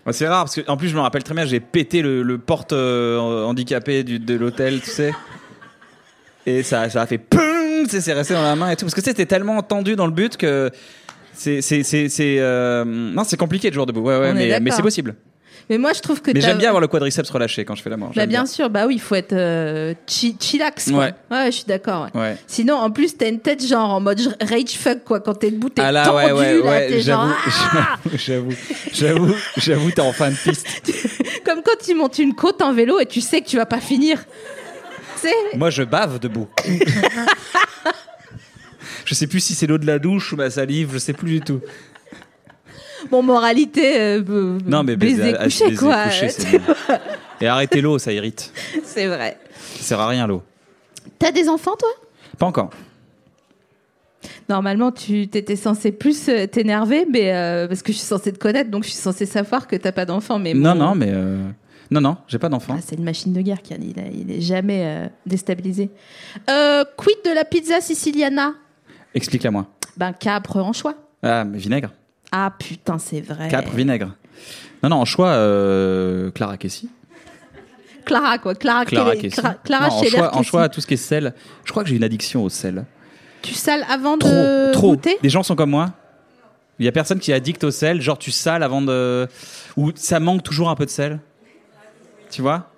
Speaker 3: Ouais, C'est rare, parce que en plus, je me rappelle très bien, j'ai pété le, le porte euh, handicapé du- de l'hôtel, tu sais. Et ça, ça a fait POUM! tu sais, C'est resté dans la main et tout. Parce que tu sais, t'es tellement tendu dans le but que. C'est. c'est- c'est- c'est, euh, Non, c'est compliqué de jouer debout. Ouais, ouais,
Speaker 1: On est
Speaker 3: mais,
Speaker 1: d'accord.
Speaker 3: mais c'est possible.
Speaker 1: Mais moi, je trouve que
Speaker 3: Mais
Speaker 1: t'as-
Speaker 3: j'aime bien avoir le quadriceps relâché quand je fais l'amour.
Speaker 1: Bah,
Speaker 3: j'aime
Speaker 1: bien, sûr, bah oui, il faut être euh, chi- chillax. quoi.
Speaker 3: Ouais.
Speaker 1: je suis d'accord. ouais.
Speaker 3: Ouais.
Speaker 1: Sinon, en plus, t'as une tête genre en mode rage fuck, quoi. Quand t'es debout, t'es
Speaker 3: Ah
Speaker 1: tendu, là, t'es genre...
Speaker 3: j'avoue,
Speaker 1: Ah
Speaker 3: j'avoue, j'avoue, j'avoue, t'es en fin de piste.
Speaker 1: ah, Comme quand tu montes une côte en vélo et tu sais que tu vas pas finir. Tu sais
Speaker 3: Moi, je bave debout. je sais plus si c'est l'eau de la douche ou ma salive, je sais plus du tout.
Speaker 1: Bon, moralité, euh, b-
Speaker 3: Non, mais
Speaker 1: baiser
Speaker 3: ah,
Speaker 1: couché,
Speaker 3: baiser
Speaker 1: quoi.
Speaker 3: couché, c'est bien. Et arrêtez l'eau, ça irrite.
Speaker 1: c'est vrai.
Speaker 3: Ça sert à rien l'eau.
Speaker 1: T'as des enfants, toi
Speaker 3: Pas encore.
Speaker 1: Normalement, tu t'étais censé plus euh, t'énerver, mais euh, parce que je suis censée te connaître, donc je suis censée savoir que t'as pas d'enfant. Mais
Speaker 3: Non,
Speaker 1: bon.
Speaker 3: non, mais euh, non, non, j'ai pas d'enfant.
Speaker 1: Ah, c'est une machine de guerre, Kian. Il, a- il est jamais euh, déstabilisé. Euh, quid de la pizza siciliana
Speaker 3: Explique-la moi.
Speaker 1: Ben, capre en choix.
Speaker 3: Ah, mais vinaigre.
Speaker 1: Ah putain, c'est vrai.
Speaker 3: Capre, vinaigre. Non, non, en choix, euh, Clara Kessi.
Speaker 1: Clara, quoi. Clara,
Speaker 3: Clara
Speaker 1: Kelly-
Speaker 3: Kessi.
Speaker 1: Clara, Clara
Speaker 3: Non, en
Speaker 1: Scheller
Speaker 3: choix, en
Speaker 1: Kessi.
Speaker 3: choix, tout ce qui est sel. Je crois que j'ai une addiction au sel.
Speaker 1: Tu sales avant
Speaker 3: Trop,
Speaker 1: de
Speaker 3: trop.
Speaker 1: goûter
Speaker 3: Des gens sont comme moi. Il y a personne qui est addict au sel, genre tu sales avant de ou ça manque toujours un peu de sel. Tu vois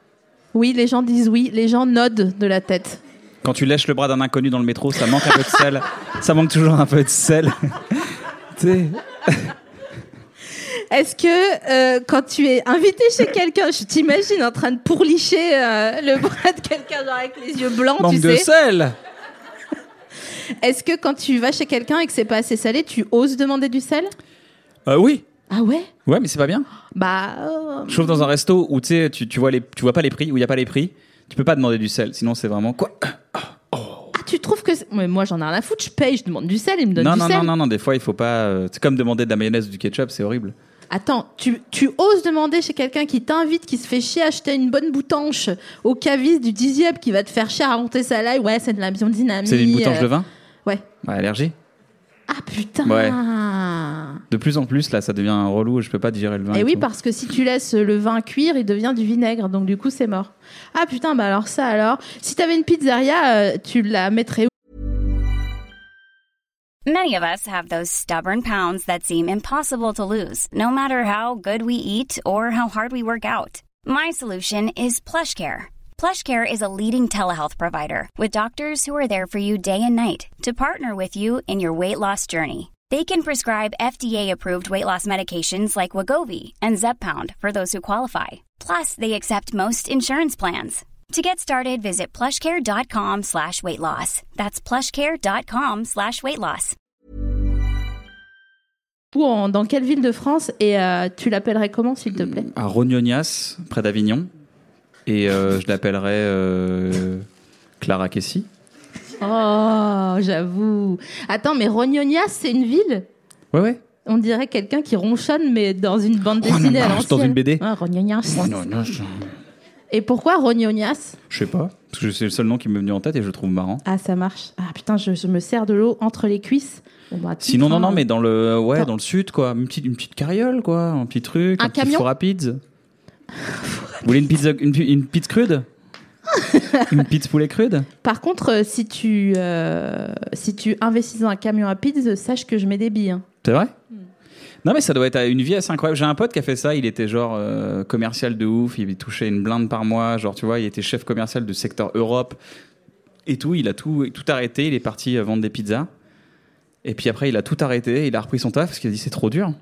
Speaker 1: Oui, les gens disent oui. Les gens nodent de la tête.
Speaker 3: Quand tu lèches le bras d'un inconnu dans le métro, ça manque un peu de sel. Ça manque toujours un peu de sel. Tu sais,
Speaker 1: Est-ce que euh, quand tu es invité chez quelqu'un, je t'imagine en train de pourlicher euh, le bras de quelqu'un genre avec les yeux blancs,
Speaker 3: manque
Speaker 1: tu
Speaker 3: de
Speaker 1: sais
Speaker 3: sel.
Speaker 1: Est-ce que quand tu vas chez quelqu'un et que c'est pas assez salé, tu oses demander du sel
Speaker 3: Euh, oui.
Speaker 1: Ah ouais
Speaker 3: Ouais, mais c'est pas bien.
Speaker 1: Bah euh,
Speaker 3: Je trouve dans un resto où tu sais, tu tu vois les tu vois pas les prix où il y a pas les prix, tu peux pas demander du sel, sinon c'est vraiment quoi
Speaker 1: ah, tu trouves que c'est- mais moi j'en ai rien à foutre, je paye, je demande du sel, il me donne
Speaker 3: Non
Speaker 1: du
Speaker 3: non
Speaker 1: sel.
Speaker 3: non non non, des fois il faut pas euh, c'est comme demander de la mayonnaise ou du ketchup, c'est horrible.
Speaker 1: Attends, tu, tu oses demander chez quelqu'un qui t'invite, qui se fait chier à acheter une bonne boutanche au cavis du dixième, qui va te faire cher à monter sa live. Ouais, c'est de la biodynamie.
Speaker 3: C'est une boutange
Speaker 1: euh,
Speaker 3: de vin
Speaker 1: Ouais.
Speaker 3: Ouais, allergie.
Speaker 1: Ah putain.
Speaker 3: Ouais. De plus en plus, là, ça devient un relou. Je peux pas digérer le vin.
Speaker 1: Et Eh oui,
Speaker 3: tout.
Speaker 1: parce que si tu laisses le vin cuire, il devient du vinaigre, donc du coup c'est mort. Ah putain, bah alors ça alors. Si t'avais une pizzeria, euh, tu la mettrais où
Speaker 4: Many of us have those stubborn pounds that seem impossible to lose, no matter how good we eat or how hard we work out. My solution is PlushCare. PlushCare is a leading telehealth provider with doctors who are there for you day and night to partner with you in your weight loss journey. They can prescribe FDA-approved weight loss medications like Wagovi and Zepbound for those who qualify. Plus, they accept most insurance plans. To get started, visit plushcare.com slash weight loss. That's plushcare.com slash weight loss.
Speaker 1: Ou en- dans quelle ville de France Et euh, tu l'appellerais comment, s'il te plaît
Speaker 3: À Rognonias, près d'Avignon. Et euh, je l'appellerais euh, Clara Kessi.
Speaker 1: Oh, j'avoue. Attends, mais Rognonias, c'est une ville
Speaker 3: Ouais, ouais.
Speaker 1: On dirait quelqu'un qui ronchonne, mais dans une bande
Speaker 3: Oh,
Speaker 1: dessinée. à
Speaker 3: Rognonias, dans
Speaker 1: l'ancienne.
Speaker 3: une BD.
Speaker 1: Ouais, Rognonias.
Speaker 3: Rognonias.
Speaker 1: Et pourquoi Rognonias
Speaker 3: Je sais pas. Parce que c'est le seul nom qui m'est venu en tête et je le trouve marrant.
Speaker 1: Ah, ça marche. Ah putain, je, je me sers de l'eau entre les cuisses. Bon, bah, petit
Speaker 3: Sinon, non,
Speaker 1: train,
Speaker 3: non, mais dans le, ouais,
Speaker 1: Attends.
Speaker 3: dans le sud, quoi. Une petite, une petite carriole, quoi. Un petit truc.
Speaker 1: Un
Speaker 3: petit
Speaker 1: camion
Speaker 3: four à pizza. Vous voulez une pizza, une, pi- une pizza crude Une pizza poulet crude
Speaker 1: Par contre, euh, si tu, euh, si tu investis dans un camion à pizza, sache que je mets des billes. hein.
Speaker 3: C'est vrai Non, mais ça doit être à une vie assez incroyable. J'ai un pote qui a fait ça. Il était genre euh, commercial de ouf. Il touchait une blinde par mois. Genre, tu vois, il était chef commercial du secteur Europe et tout. Il a tout, tout arrêté. Il est parti euh, vendre des pizzas. Et puis après, il a tout arrêté. Il a repris son taf parce qu'il a dit c'est trop dur.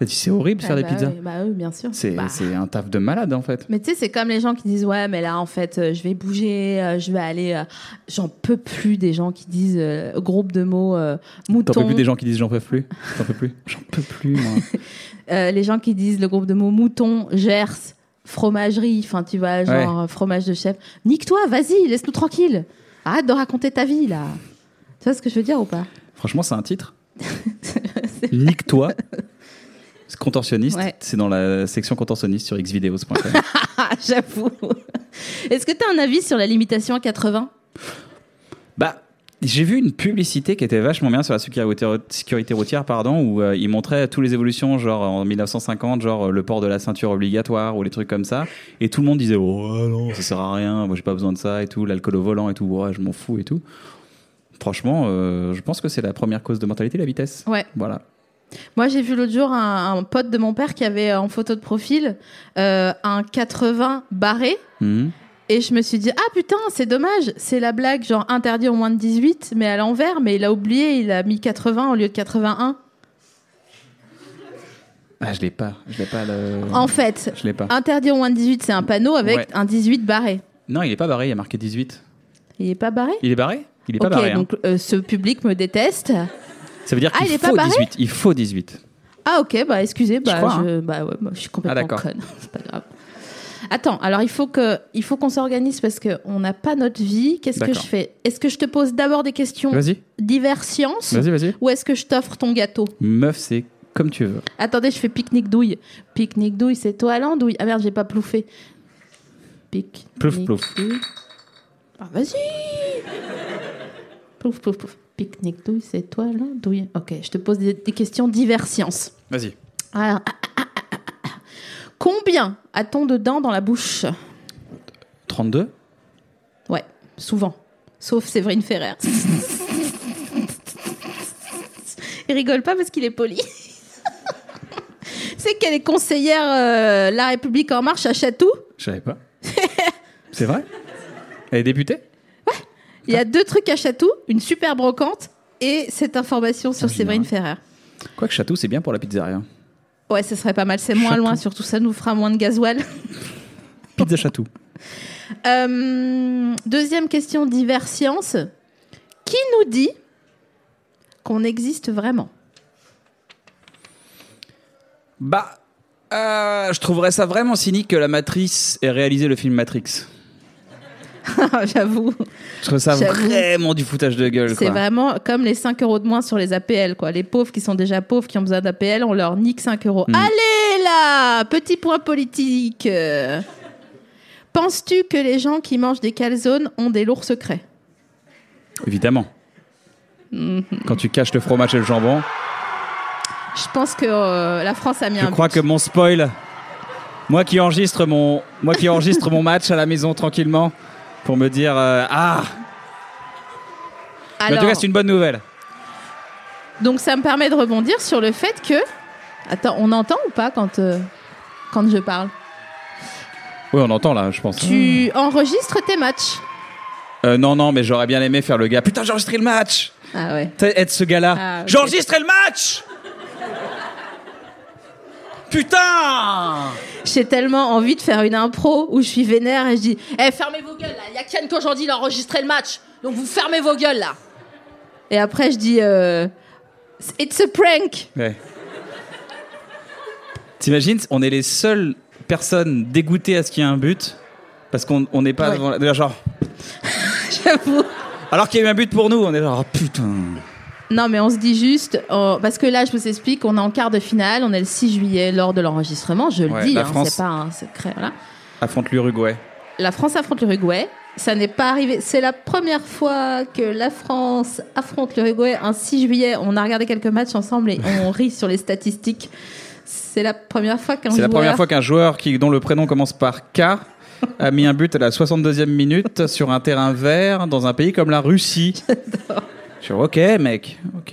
Speaker 3: Il a dit c'est horrible de faire
Speaker 1: Ah,
Speaker 3: des
Speaker 1: bah
Speaker 3: pizzas.
Speaker 1: oui, bah oui, bien sûr.
Speaker 3: C'est
Speaker 1: Bah.
Speaker 3: c'est un taf de malade en fait.
Speaker 1: Mais tu sais, c'est comme les gens qui disent ouais, mais là en fait, euh, je vais bouger, euh, je vais aller, euh, j'en peux plus des gens qui disent euh, groupe de mots euh,
Speaker 3: T'en
Speaker 1: mouton,
Speaker 3: peux plus des gens qui disent j'en peux plus J'en peux plus J'en peux plus moi.
Speaker 1: Euh, les gens qui disent le groupe de mots mouton, gers, fromagerie, enfin tu vois, genre euh, fromage de chef. Nique-toi, vas-y, laisse-nous tranquille. Arrête de raconter ta vie là. Tu vois ce que je veux dire ou pas
Speaker 3: Franchement, c'est un titre. Nique-toi. C'est Contorsionniste,
Speaker 1: Ouais.
Speaker 3: c'est dans la section contorsionniste sur xvideos.com.
Speaker 1: Ah, j'avoue. Est-ce que tu as un avis sur la limitation à 80
Speaker 3: bah, j'ai vu une publicité qui était vachement bien sur la sécurité, sécurité routière, pardon, où euh, ils montraient toutes les évolutions, genre en 1950, genre euh, le port de la ceinture obligatoire ou les trucs comme ça. Et tout le monde disait, oh non, ça sert à rien, moi j'ai pas besoin de ça et tout, l'alcool au volant et tout, ouais, je m'en fous et tout. Franchement, euh, je pense que c'est la première cause de mortalité, la vitesse.
Speaker 1: Ouais.
Speaker 3: Voilà.
Speaker 1: Moi, j'ai vu l'autre jour un, un pote de mon père qui avait euh, en photo de profil euh, un 80 barré.
Speaker 3: Mhm.
Speaker 1: Et je me suis dit, ah putain, c'est dommage, c'est la blague, genre interdit au moins de 18, mais à l'envers, mais il a oublié, il a mis 80 au lieu de 81.
Speaker 3: Ah, je l'ai pas. Je l'ai pas. Le...
Speaker 1: En fait,
Speaker 3: Je l'ai pas.
Speaker 1: interdit au moins de 18, c'est un panneau avec
Speaker 3: Ouais.
Speaker 1: un 18 barré.
Speaker 3: Non, il est pas barré. Il a marqué 18.
Speaker 1: Il est pas barré
Speaker 3: Il est barré Il est
Speaker 1: Ok,
Speaker 3: pas barré. hein.
Speaker 1: donc euh, ce public me déteste.
Speaker 3: Ça veut dire
Speaker 1: Ah,
Speaker 3: qu'il
Speaker 1: il est pas
Speaker 3: faut
Speaker 1: barré
Speaker 3: 18. Il faut 18.
Speaker 1: Ah ok, bah excusez, bah, je,
Speaker 3: crois, hein.
Speaker 1: bah, ouais, bah, je suis
Speaker 3: Ah,
Speaker 1: complètement
Speaker 3: d'accord.
Speaker 1: conne, c'est pas grave. Attends, alors il faut que, il faut qu'on s'organise parce que on n'a pas notre vie. Qu'est-ce que
Speaker 3: D'accord.
Speaker 1: je fais Est-ce que je te pose d'abord des questions
Speaker 3: Vas-y,
Speaker 1: divers sciences
Speaker 3: vas-y, vas-y.
Speaker 1: ou est-ce que je t'offre ton gâteau
Speaker 3: Meuf, c'est comme tu veux.
Speaker 1: Attendez, je fais pique-nique douille. Pique-nique douille, c'est toi l'andouille. Ah merde, j'ai pas plouffé. Pique.
Speaker 3: Plouf, plouf.
Speaker 1: douille. Ah vas-y Plouf, plouf, plouf. Pique-nique douille, c'est toi l'andouille. Ok, je te pose des, des questions divers sciences.
Speaker 3: Vas-y.
Speaker 1: Alors, ah, ah, ah, ah, ah. Combien a-t-on de dents dans la bouche
Speaker 3: 32
Speaker 1: Ouais, souvent. Sauf Séverine Ferrer. Il rigole pas parce qu'il est poli. C'est qu'elle est conseillère euh, La République En Marche à Chatou.
Speaker 3: Je savais pas. c'est vrai Elle est députée
Speaker 1: Il y a deux trucs à Chatou, une super brocante et cette information sur
Speaker 3: En général.
Speaker 1: Séverine Ferrer.
Speaker 3: Quoique Château, c'est bien pour la pizzeria.
Speaker 1: Ouais, ce serait pas mal, c'est moins loin, surtout ça nous fera moins de gasoil.
Speaker 3: Pizza Château.
Speaker 1: Euh, deuxième question divers sciences. Qui nous dit qu'on existe vraiment
Speaker 3: Bah, euh, je trouverais ça vraiment cynique que la matrice ait réalisé le film Matrix.
Speaker 1: J'avoue.
Speaker 3: Je trouve ça
Speaker 1: J'avoue.
Speaker 3: vraiment du foutage de gueule.
Speaker 1: C'est
Speaker 3: quoi.
Speaker 1: vraiment comme les 5 euros de moins sur les APL, quoi. Les pauvres qui sont déjà pauvres, qui ont besoin d'APL, on leur nique 5 euros.
Speaker 3: Hmm.
Speaker 1: Allez là Petit point politique euh. Penses-tu que les gens qui mangent des calzones ont des lourds secrets
Speaker 3: Évidemment.
Speaker 1: Mhm.
Speaker 3: Quand tu caches le fromage et le jambon.
Speaker 1: Je pense que euh, la France a mis
Speaker 3: Je
Speaker 1: un.
Speaker 3: crois que mon spoil, moi qui enregistre mon, moi qui enregistre mon match à la maison tranquillement pour me dire euh, ah. Mais en tout
Speaker 1: Alors,
Speaker 3: cas, c'est une bonne nouvelle.
Speaker 1: donc ça me permet de rebondir sur le fait que. Attends, on entend ou pas quand, euh, quand je parle
Speaker 3: Oui, on entend là, je pense. hein.
Speaker 1: Tu enregistres tes matchs.
Speaker 3: Euh, non, non, mais j'aurais bien aimé faire le gars. Putain, j'ai enregistré le match.
Speaker 1: Ah ouais.
Speaker 3: T'sais, Être ce gars-là.
Speaker 1: Ah, ok.
Speaker 3: J'ai enregistré le match. Putain.
Speaker 1: J'ai tellement envie de faire une impro où je suis vénère et je dis Eh, fermez vos gueules là, il y a Ken qu'aujourd'hui il a enregistré le match, donc vous fermez vos gueules là. Et après je dis euh, It's a prank
Speaker 3: Ouais. T'imagines, on est les seules personnes dégoûtées à ce qu'il y ait un but parce qu'on on n'est pas
Speaker 1: Ouais.
Speaker 3: devant la- genre.
Speaker 1: J'avoue.
Speaker 3: Alors qu'il y a eu un but pour nous, on est genre oh, putain.
Speaker 1: Non, mais on se dit juste, euh, parce que là je vous explique, on est en quart de finale, on est le 6 juillet lors de l'enregistrement, je le
Speaker 3: Ouais,
Speaker 1: dis,
Speaker 3: la
Speaker 1: hein,
Speaker 3: France-
Speaker 1: c'est pas un secret. voilà.
Speaker 3: Affronte l'Uruguay.
Speaker 1: La France affronte l'Uruguay, Ça n'est pas arrivé. C'est la première fois que la France affronte l'Uruguay un 6 juillet. On a regardé quelques matchs ensemble et on rit sur les statistiques. C'est la première fois qu'un
Speaker 3: C'est la
Speaker 1: joueur-
Speaker 3: première fois qu'un joueur qui, dont le prénom commence par K a mis un but à la 62e minute sur un terrain vert dans un pays comme la Russie. Je suis ok mec, ok.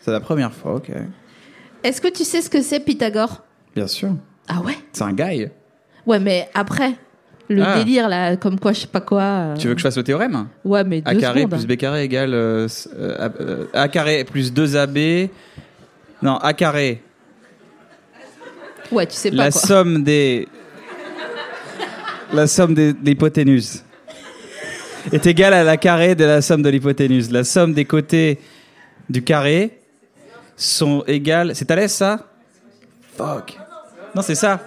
Speaker 3: C'est la première fois, ok.
Speaker 1: Est-ce que tu sais ce que c'est Pythagore
Speaker 3: Bien sûr.
Speaker 1: Ah ouais
Speaker 3: C'est un guy.
Speaker 1: Ouais, mais après, le
Speaker 3: Ah.
Speaker 1: délire là, comme quoi je sais pas quoi. euh,
Speaker 3: Tu veux que je fasse le théorème
Speaker 1: Ouais, mais
Speaker 3: A
Speaker 1: deux
Speaker 3: carré
Speaker 1: secondes.
Speaker 3: plus B carré égale euh, s- euh, A- euh, A carré plus 2AB. Non, A carré.
Speaker 1: hein. Ouais, tu sais pas
Speaker 3: La
Speaker 1: quoi.
Speaker 3: somme des la somme des, de l'hypoténuse est égale à la carré de la somme de l'hypoténuse. La somme des côtés du carré sont égales. C'est Thalès ça Fuck. Non, c'est ça.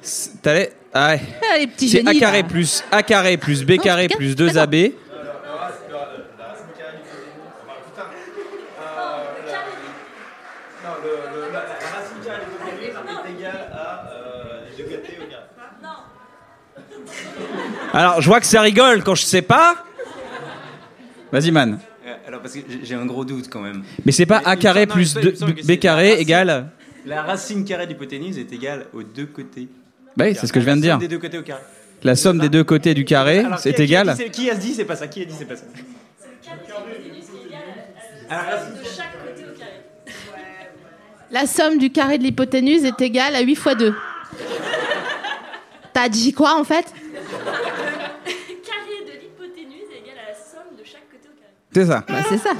Speaker 3: C'est Thalès. Ah ouais.
Speaker 1: Ah, les petits
Speaker 3: C'est
Speaker 1: génies.
Speaker 3: a carré
Speaker 1: là.
Speaker 3: plus a carré plus b
Speaker 1: Non,
Speaker 3: carré
Speaker 1: je te
Speaker 3: plus
Speaker 1: casse.
Speaker 3: 2 ab. Alors, je vois que ça rigole quand je sais pas. Vas-y, man.
Speaker 5: Euh, Alors, parce que j'ai- j'ai un gros doute quand même.
Speaker 3: Mais c'est pas
Speaker 5: Mais il
Speaker 3: a
Speaker 5: me
Speaker 3: carré
Speaker 5: semble-
Speaker 3: plus
Speaker 5: non, il me
Speaker 3: 2
Speaker 5: semble que
Speaker 3: b
Speaker 5: c'est la
Speaker 3: carré
Speaker 5: racine-
Speaker 3: égale.
Speaker 5: La racine carrée de l'hypoténuse est égale aux deux côtés.
Speaker 3: Bah oui, c'est ce que je viens de
Speaker 5: La
Speaker 3: dire.
Speaker 5: somme des deux côtés au carré.
Speaker 3: La somme des deux côtés du carré,
Speaker 5: Alors, qui a-
Speaker 3: c'est
Speaker 5: qui a dit
Speaker 3: égal.
Speaker 5: c'est- Qui a dit c'est pas ça Qui a dit c'est pas ça
Speaker 1: La somme du carré de l'hypoténuse est égale à 8 fois 2. T'as dit quoi en fait
Speaker 6: carré de l'hypoténuse est égal à la somme de chaque côté au carré.
Speaker 3: C'est ça.
Speaker 1: Bah, C'est ça.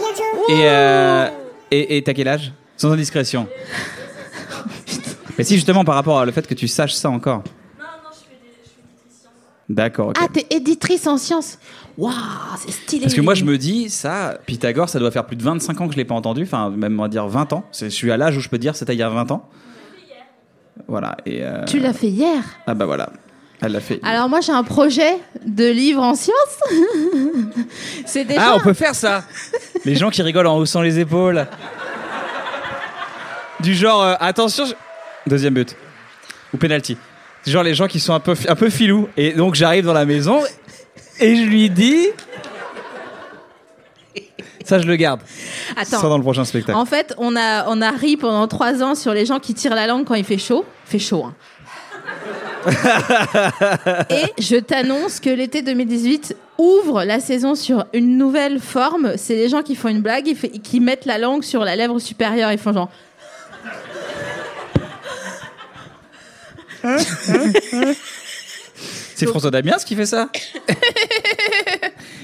Speaker 3: Et euh, et et t'as quel âge Sans indiscrétion. Mais si justement par rapport au fait que tu saches ça encore.
Speaker 6: Non, non, je fais des, je fais des tritions.
Speaker 3: D'accord. ok.
Speaker 1: Ah, t'es éditrice en sciences. Waouh, c'est stylé.
Speaker 3: Parce que moi je me dis ça, Pythagore, ça doit faire plus de 25 ans que je l'ai pas entendu. Enfin même on va dire 20 ans. C'est- Je suis à l'âge où je peux dire c'était il y a 20 ans. Voilà. Et euh,
Speaker 1: Tu l'as fait hier.
Speaker 3: ah bah voilà. Elle l'a fait.
Speaker 1: Alors moi j'ai un projet de livre en sciences. c'est déjà.
Speaker 3: Ah, on peut faire ça Les gens qui rigolent en haussant les épaules. Du genre, euh, attention. je- Deuxième but. Ou penalty. Du genre, les gens qui sont un peu, fi- un peu filous. Et donc, j'arrive dans la maison et je lui dis. Ça, je le garde. Ça,
Speaker 1: Attends.
Speaker 3: dans le prochain spectacle.
Speaker 1: En fait, on a on a ri pendant trois ans sur les gens qui tirent la langue quand il fait chaud. Fait chaud. Hein. Et je t'annonce que l'été 2018 ouvre la saison sur une nouvelle forme. C'est les gens qui font une blague et fait- qui mettent la langue sur la lèvre supérieure. Ils font genre.
Speaker 3: C'est François Damiens qui fait ça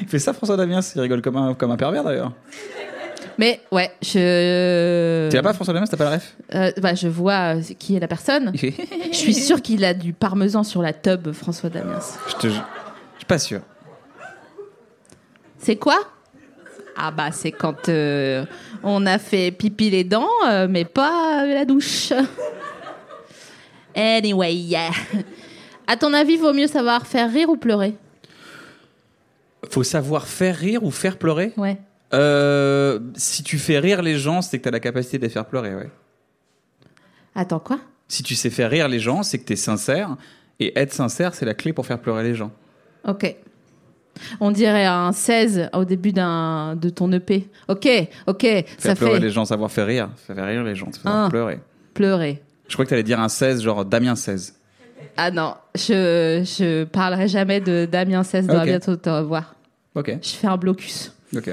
Speaker 3: Il fait ça, François Damiens. Il rigole comme un, comme un pervers, d'ailleurs.
Speaker 1: Mais ouais, je.
Speaker 3: Tu l'as pas, François Damiens T'as pas la ref
Speaker 1: Euh, bah, je vois euh, qui est la personne.
Speaker 3: Il fait,
Speaker 1: Je suis sûre qu'il a du parmesan sur la tub, François Damiens.
Speaker 3: Je te jure. Je suis pas sûr.
Speaker 1: C'est quoi Ah bah c'est quand euh, on a fait pipi les dents, euh, mais pas euh, la douche. Anyway, yeah. À ton avis, vaut mieux savoir faire rire ou pleurer
Speaker 3: Faut savoir faire rire ou faire pleurer
Speaker 1: Ouais.
Speaker 3: Euh, si tu fais rire les gens, c'est que t'as la capacité de les faire pleurer, ouais.
Speaker 1: Attends quoi
Speaker 3: Si tu sais faire rire les gens, c'est que t'es sincère. Et être sincère, c'est la clé pour faire pleurer les gens.
Speaker 1: Ok. On dirait un 16 au début d'un de ton EP. Ok, ok,
Speaker 3: Faire
Speaker 1: ça
Speaker 3: pleurer
Speaker 1: fait
Speaker 3: les gens, savoir faire rire. Ça fait rire les gens, ça fait
Speaker 1: Ah.
Speaker 3: pleurer.
Speaker 1: pleurer.
Speaker 3: Je crois que t'allais dire un 16, genre Damien 16.
Speaker 1: Ah non, je je parlerai jamais de Damien 16 doit
Speaker 3: Ok.
Speaker 1: bientôt te revoir.
Speaker 3: Ok,
Speaker 1: Je fais un blocus.
Speaker 3: ok.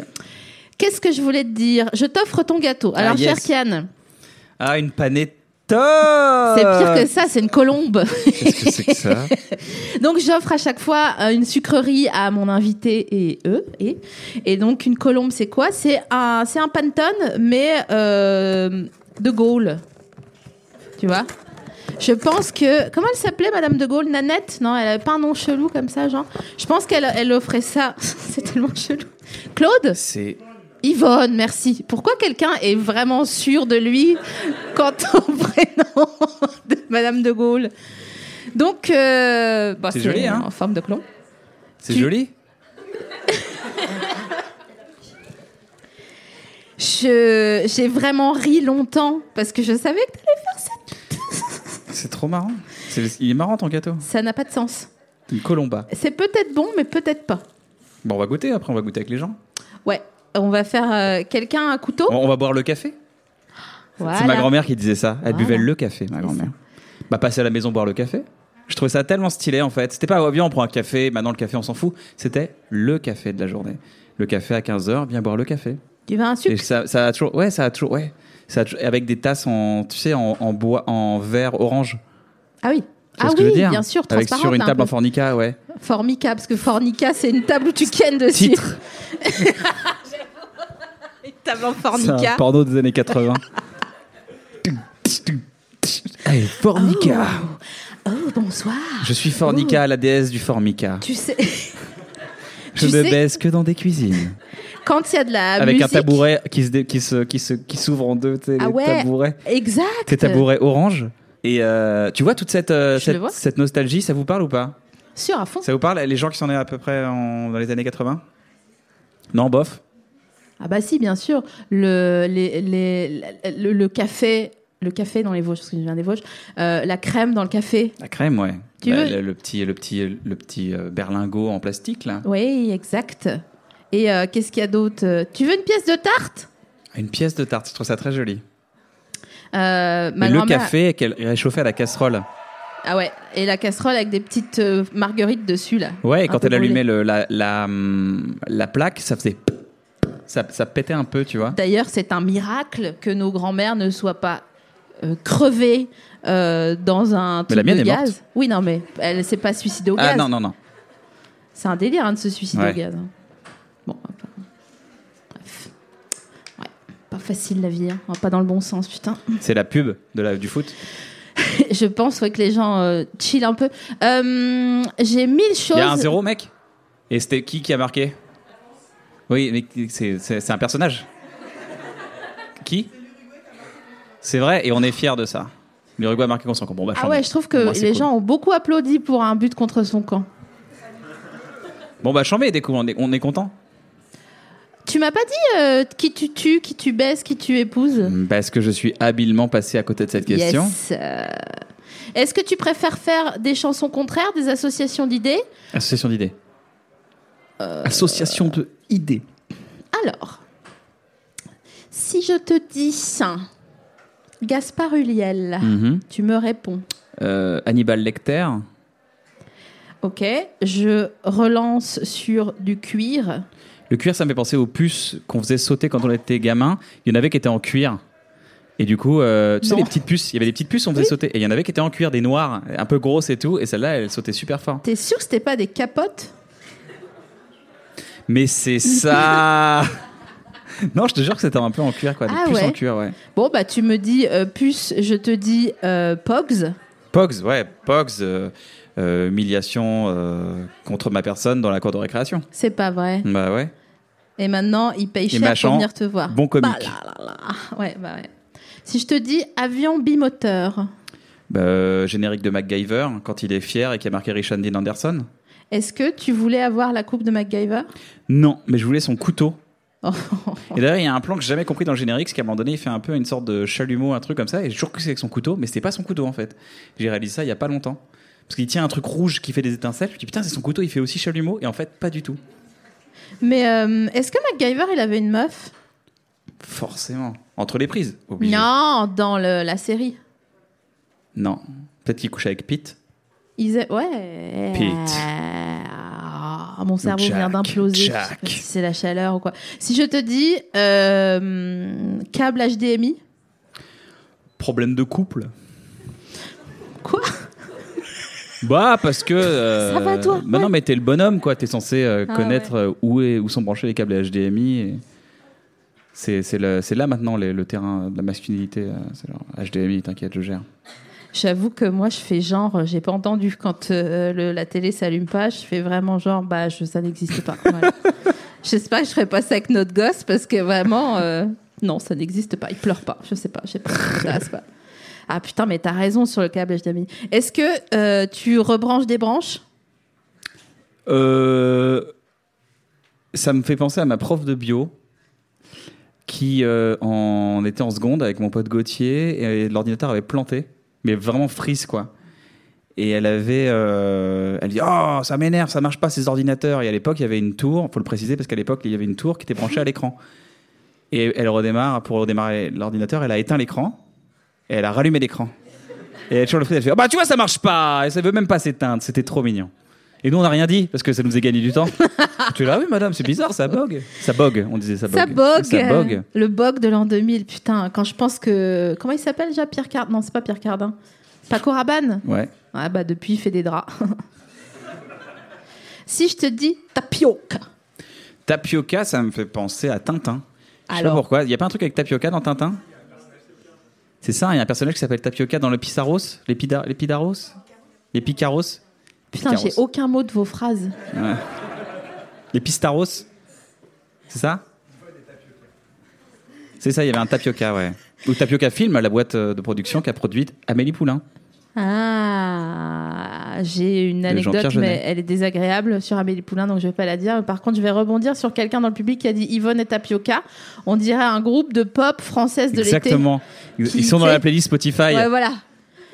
Speaker 1: Qu'est-ce que je voulais te dire Je t'offre ton gâteau. Alors,
Speaker 3: Ah, yes.
Speaker 1: cher Kian,
Speaker 3: Ah, une panettone
Speaker 1: c'est pire
Speaker 3: Euh.
Speaker 1: que ça, c'est une colombe.
Speaker 3: Qu'est-ce que c'est que ça
Speaker 1: donc, j'offre à chaque fois euh, une sucrerie à mon invité et eux. Et, et donc, une colombe, c'est quoi C'est un, c'est un Pantone, mais euh, de Gaulle. Tu vois je pense que. Comment elle s'appelait, Madame de Gaulle Nanette Non, elle avait pas un nom chelou comme ça, genre. Je pense qu'elle elle offrait ça. C'est tellement chelou. Claude
Speaker 3: C'est...
Speaker 1: Yvonne, merci. Pourquoi quelqu'un est vraiment sûr de lui quant au prénom de Madame de Gaulle Donc, euh, bah,
Speaker 3: C'est joli, hein
Speaker 1: en forme de clon.
Speaker 3: C'est
Speaker 1: Tu-
Speaker 3: joli
Speaker 1: Je- J'ai vraiment ri longtemps parce que je savais que t'allais faire ça.
Speaker 3: C'est trop marrant. C'est- Il est marrant ton gâteau.
Speaker 1: Ça n'a pas de sens.
Speaker 3: Une colomba.
Speaker 1: C'est peut-être bon, mais peut-être pas.
Speaker 3: Bon, on va goûter après, on va goûter avec les gens.
Speaker 1: Ouais, on va faire euh, quelqu'un un couteau.
Speaker 3: On, on va boire le café. C'est ma grand-mère qui disait ça. Elle
Speaker 1: Voilà.
Speaker 3: buvait le café, ma grand-mère. Bah, passer à la maison boire le café. Je trouvais ça tellement stylé en fait. C'était pas, oh, viens, on prend un café, maintenant le café, on s'en fout. C'était le café de la journée. Le café à 15h, viens boire le café.
Speaker 1: Du vin à
Speaker 3: Et
Speaker 1: sucre.
Speaker 3: ça, ça a toujours, ouais, ça a toujours, ouais. Ça a toujours- avec des tasses en, tu sais, en, en bois, en verre orange.
Speaker 1: Ah oui.
Speaker 3: Tu vois
Speaker 1: Ah
Speaker 3: ce que je
Speaker 1: oui,
Speaker 3: veux dire
Speaker 1: bien sûr,
Speaker 3: Avec
Speaker 1: transparente. hein.
Speaker 3: sur une
Speaker 1: un
Speaker 3: table
Speaker 1: peu.
Speaker 3: en fornica, ouais.
Speaker 1: Formica, parce que Fornica, c'est une table où tu kennes dessus.
Speaker 3: Titre.
Speaker 1: Une table en
Speaker 3: C'est un
Speaker 1: Formica.
Speaker 3: porno des années 80. Allez, fornica.
Speaker 1: Oh, bonsoir.
Speaker 3: Je suis fornica, la déesse du formica.
Speaker 1: Tu sais,
Speaker 3: Je
Speaker 1: tu
Speaker 3: ne
Speaker 1: sais-
Speaker 3: baisse que dans des cuisines.
Speaker 1: quand il y a de la
Speaker 3: Avec
Speaker 1: musique...
Speaker 3: un tabouret qui se, dé- qui se, qui se, qui s'ouvre en deux, tu sais,
Speaker 1: Ah
Speaker 3: les
Speaker 1: ouais.
Speaker 3: tabourets.
Speaker 1: Exact.
Speaker 3: Tes tabourets orange. Et euh, tu vois toute cette, euh,
Speaker 1: Je le
Speaker 3: cette,
Speaker 1: vois.
Speaker 3: cette nostalgie, ça vous parle ou pas
Speaker 1: Sûr, à fond.
Speaker 3: Ça vous parle les gens qui sont nés à peu près en- dans les années 80 Non, bof.
Speaker 1: Ah bah si, bien sûr. Le, les, les- le, le café... Le café dans les Vosges, parce que je viens des Vosges. Euh, la crème dans le café.
Speaker 3: La crème, ouais. Bah,
Speaker 1: Tu veux-
Speaker 3: le, le petit, le petit, le petit euh, berlingot en plastique là.
Speaker 1: Oui, exact. Et euh, qu'est-ce qu'il y a d'autre Euh, Tu veux une pièce de tarte
Speaker 3: Une pièce de tarte, je trouve ça très joli.
Speaker 1: Euh, ma
Speaker 3: Mais le
Speaker 1: grand-mère-
Speaker 3: café qu'elle réchauffait à la casserole.
Speaker 1: Ah ouais, et la casserole avec des petites euh, marguerites dessus, là.
Speaker 3: Ouais, et
Speaker 1: Un
Speaker 3: quand
Speaker 1: peu
Speaker 3: elle allumait
Speaker 1: brûlées.
Speaker 3: le- la, la, hum, la plaque, ça faisait. Ça, ça pétait un peu, tu vois.
Speaker 1: D'ailleurs, c'est un miracle que nos grands-mères ne soient pas euh, crevées euh, dans un
Speaker 3: Mais
Speaker 1: truc
Speaker 3: la mienne
Speaker 1: de
Speaker 3: est
Speaker 1: gaz.
Speaker 3: morte.
Speaker 1: Oui, non, mais elle s'est pas suicidée au
Speaker 3: Ah
Speaker 1: gaz.
Speaker 3: non, non, non.
Speaker 1: C'est un délire hein, de se suicider
Speaker 3: Ouais.
Speaker 1: au gaz. hein. Bon, enfin, bref. Ouais, pas facile la vie, hein. On va pas dans le bon sens, putain.
Speaker 3: C'est la pub de la, du foot.
Speaker 1: Je pense ouais, que les gens euh, chillent un peu. Euh, J'ai mille
Speaker 3: Il
Speaker 1: choses.
Speaker 3: y a un zéro, mec Et c'était qui qui a marqué Oui, mais c'est- c'est c'est un personnage. Qui C'est vrai, et on est fiers de ça. L'Uruguay a marqué contre son camp. Bon, bah,
Speaker 1: Ah
Speaker 3: chambé.
Speaker 1: ouais, je trouve
Speaker 3: Au
Speaker 1: que
Speaker 3: moins, c'est
Speaker 1: les
Speaker 3: cool.
Speaker 1: gens ont beaucoup applaudi pour un but contre son camp.
Speaker 3: Bon, bah, chambé, des coups, on est, on est content.
Speaker 1: Tu m'as pas dit euh, qui tu tues, qui tu baisses, qui tu épouses
Speaker 3: Parce que je suis habilement passé à côté de cette question.
Speaker 1: Yes. euh, Est-ce que tu préfères faire des chansons contraires, des associations d'idées
Speaker 3: Association d'idées. Euh, Association de idées.
Speaker 1: Alors, si je te dis ça, Gaspard Huliel,
Speaker 3: Mhm.
Speaker 1: tu me réponds.
Speaker 3: Euh, Hannibal Lecter.
Speaker 1: Ok, je relance sur du cuir.
Speaker 3: Le cuir, ça me fait penser aux puces qu'on faisait sauter quand on était gamin. Il y en avait qui étaient en cuir. Et du coup, euh, tu sais,
Speaker 1: Non.
Speaker 3: les petites puces, il y avait des petites puces, on faisait sauter. Et il y en avait qui étaient en cuir, des noires, un peu grosses et tout. Et celle-là, elle sautait super fort.
Speaker 1: T'es sûr que c'était pas des capotes
Speaker 3: Mais c'est ça Non, je te jure que c'était un peu en cuir, quoi. Des
Speaker 1: Ah
Speaker 3: puces en
Speaker 1: ouais.
Speaker 3: cuir, ouais.
Speaker 1: Bon, bah tu me dis euh, puce, je te dis euh, pogs.
Speaker 3: Pogs, ouais, Pogs, euh, euh, humiliation euh, contre ma personne dans la cour de récréation.
Speaker 1: C'est pas vrai.
Speaker 3: Bah ouais.
Speaker 1: Et maintenant, il paye cher
Speaker 3: Machan,
Speaker 1: pour venir te voir.
Speaker 3: bon comique.
Speaker 1: Bah là là là. Ouais, bah ouais. Si je te dis avion bimoteur,
Speaker 3: Bah, euh, générique de MacGyver, quand il est fier et qui a marqué Richard Dean Anderson.
Speaker 1: est-ce que tu voulais avoir la coupe de MacGyver
Speaker 3: Non, mais je voulais son couteau.
Speaker 1: Oh.
Speaker 3: Et d'ailleurs, il y a un plan que j'ai jamais compris dans le générique, c'est qu'à un moment donné, il fait un peu une sorte de chalumeau, un truc comme ça, et j'ai toujours cru que c'était avec son couteau, mais c'était pas son couteau en fait. J'ai réalisé ça il y a pas longtemps. Parce qu'il tient un truc rouge qui fait des étincelles, je me dis putain, c'est son couteau, il fait aussi chalumeau, et en fait, pas du tout.
Speaker 1: Mais euh, est-ce que MacGyver, il avait une meuf
Speaker 3: Forcément. Entre les prises, obligé.
Speaker 1: Non, dans le- la série.
Speaker 3: Non. Peut-être qu'il couche avec Pete.
Speaker 1: Ils a- Ouais.
Speaker 3: Pete.
Speaker 1: Ah, mon cerveau
Speaker 3: Jack,
Speaker 1: vient d'imploser. Je sais pas
Speaker 3: Jack.
Speaker 1: Si c'est la chaleur ou quoi. Si je te dis euh, câble HDMI,
Speaker 3: Problème de couple.
Speaker 1: quoi
Speaker 3: Bah, parce que. euh,
Speaker 1: Ça va, toi
Speaker 3: bah non,
Speaker 1: Ouais.
Speaker 3: mais t'es le bonhomme, quoi. T'es censé euh,
Speaker 1: Ah,
Speaker 3: connaître euh, où, est- où sont branchés les câbles HDMI. et C'est c'est le- c'est là maintenant les- le terrain de la masculinité. euh, C'est genre HDMI, t'inquiète, je gère.
Speaker 1: J'avoue que moi, je fais genre, euh, j'ai pas entendu quand euh, le- la télé s'allume pas, je fais vraiment genre, bah, je, ça n'existe pas. Voilà. J'espère que je ferai pas ça avec notre gosse parce que vraiment, euh, non, ça n'existe pas. Il pleure pas, je sais pas, je sais pas, ça m'intéresse pas. Ah putain, mais t'as raison sur le câble HDMI. Est-ce que euh, tu rebranches des branches
Speaker 3: Euh, ça me fait penser à ma prof de bio qui euh, en était en seconde avec mon pote Gauthier et l'ordinateur avait planté, mais vraiment frise quoi. Et elle avait, euh, elle dit, oh, ça m'énerve, ça marche pas ces ordinateurs. Et à l'époque, il y avait une tour, faut le préciser parce qu'à l'époque, il y avait une tour qui était branchée à l'écran. Et elle redémarre, pour redémarrer l'ordinateur, elle a éteint l'écran et elle a rallumé l'écran. Et elle change le fil, elle fait, Ah bah tu vois, ça marche pas, et ça veut même pas s'éteindre, c'était trop mignon. Et nous, on n'a rien dit parce que ça nous faisait gagner du temps. tu es là, oui, madame, c'est bizarre, ça bug. Ça bug, on disait ça bug.
Speaker 1: Ça bug,
Speaker 3: Ça bug.
Speaker 1: Le bug de l'an 2000, putain. Quand je pense que. Comment il s'appelle déjà Pierre Cardin Non, c'est pas Pierre Cardin. Paco Rabanne
Speaker 3: Ouais.
Speaker 1: Ah bah depuis, il fait des draps. si je te dis tapioca.
Speaker 3: Tapioca, ça me fait penser à Tintin. Je sais pas
Speaker 1: Alors.
Speaker 3: pourquoi. Il n'y a pas un truc avec Tapioca dans Tintin C'est ça, il y a un personnage qui s'appelle Tapioca dans le Pissaros Les, Pida- les Pidaros Les Picaros
Speaker 1: Putain, j'ai
Speaker 3: Picaros.
Speaker 1: aucun mot de vos phrases.
Speaker 3: Les Pistaros C'est ça C'est ça, il y avait un Tapioca, ouais. Ou Tapioca Film, la boîte euh, de production qu'a produite Amélie Poulain.
Speaker 1: Ah, j'ai une anecdote,
Speaker 3: Jean-Pierre
Speaker 1: mais
Speaker 3: Jeunet.
Speaker 1: elle est désagréable sur Amélie Poulain, donc je vais pas la dire. Par contre, je vais rebondir sur quelqu'un dans le public qui a dit Yvonne et Tapioca. On dirait un groupe de pop française de l'été.
Speaker 3: Exactement. Ils
Speaker 1: Qui
Speaker 3: ils sont dans
Speaker 1: fait-
Speaker 3: la playlist Spotify.
Speaker 1: Ouais, voilà.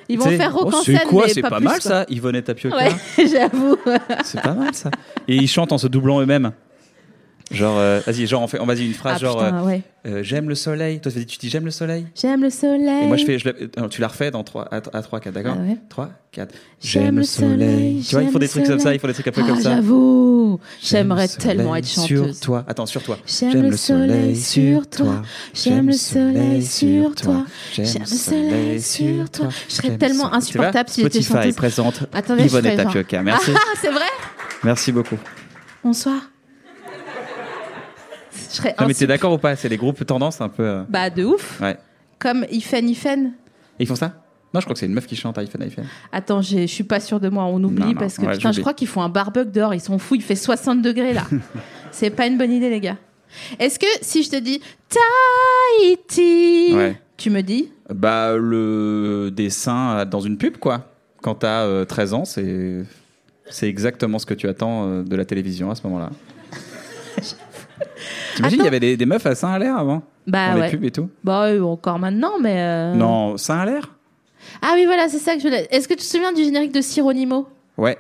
Speaker 1: Ils vont
Speaker 3: Tu sais,
Speaker 1: faire
Speaker 3: oh,
Speaker 1: rock en
Speaker 3: C'est
Speaker 1: scène,
Speaker 3: quoi
Speaker 1: mais
Speaker 3: C'est
Speaker 1: pas,
Speaker 3: pas,
Speaker 1: plus,
Speaker 3: mal
Speaker 1: quoi.
Speaker 3: ça, hein. Yvonne et Tapioca.
Speaker 1: Ouais, j'avoue.
Speaker 3: C'est pas mal ça. Et ils chantent en se doublant eux-mêmes. Genre, euh, vas-y, genre, on fait, on, vas-y, une phrase
Speaker 1: Ah,
Speaker 3: genre,
Speaker 1: putain,
Speaker 3: euh,
Speaker 1: ouais.
Speaker 3: euh, j'aime le soleil. Toi, tu dis, tu dis j'aime le soleil.
Speaker 1: J'aime le soleil.
Speaker 3: Et moi, je fais, je la- euh, tu la refais dans 3, à 3, 4, d'accord
Speaker 1: Ah ouais.
Speaker 3: 3, 4.
Speaker 1: J'aime le soleil,
Speaker 3: Tu vois, ils
Speaker 1: j'aime
Speaker 3: font des
Speaker 1: le
Speaker 3: trucs comme ça,
Speaker 1: soleil.
Speaker 3: ils font des trucs un peu
Speaker 1: Ah,
Speaker 3: comme ça.
Speaker 1: j'avoue.
Speaker 3: J'aime le
Speaker 1: J'aimerais tellement
Speaker 3: soleil
Speaker 1: être chanteuse.
Speaker 3: Sur toi. Attends, sur toi.
Speaker 1: J'aime le soleil sur toi. J'aime le soleil sur toi. J'aime le soleil sur toi. Je serais
Speaker 3: J'aime le
Speaker 1: tellement
Speaker 3: soleil.
Speaker 1: insupportable si j'étais
Speaker 3: Spotify
Speaker 1: chanteuse.
Speaker 3: présente
Speaker 1: Attendez,
Speaker 3: Yvonne
Speaker 1: je
Speaker 3: et
Speaker 1: ferai genre.
Speaker 3: Tapioca. Merci.
Speaker 1: Ah, c'est vrai
Speaker 3: Merci beaucoup.
Speaker 1: Bonsoir. Je serais
Speaker 3: Non, mais t'es
Speaker 1: insup-
Speaker 3: d'accord ou pas C'est des groupes tendance un peu. euh,
Speaker 1: Bah, de ouf.
Speaker 3: Ouais.
Speaker 1: Comme Ifen Ifen.
Speaker 3: Et ils font ça Non, je crois que c'est une meuf qui chante iPhone, iPhone.
Speaker 1: Attends, j'ai- je suis pas sûre de moi, on oublie
Speaker 3: Non, non,
Speaker 1: parce que
Speaker 3: ouais,
Speaker 1: putain, je
Speaker 3: j'oublie.
Speaker 1: crois qu'ils font un barbecue dehors, ils sont fous, il fait 60 degrés là. C'est pas une bonne idée, les gars. Est-ce que si je te dis Tahiti,
Speaker 3: Ouais.
Speaker 1: tu me dis
Speaker 3: Bah, le dessin euh, dans une pub, quoi. Quand t'as euh, 13 ans, c'est. C'est exactement ce que tu attends euh, de la télévision à ce moment-là. T'imagines, il y
Speaker 1: Attends.
Speaker 3: avait des, des meufs à Saint-Hilaire avant
Speaker 1: Bah
Speaker 3: Dans les
Speaker 1: ouais.
Speaker 3: pubs et tout
Speaker 1: Bah euh, encore maintenant, mais. euh,
Speaker 3: Non, Saint-Hilaire
Speaker 1: Ah oui, voilà, c'est ça que je voulais. Est-ce que tu te souviens du générique de Sironimo
Speaker 3: Ouais.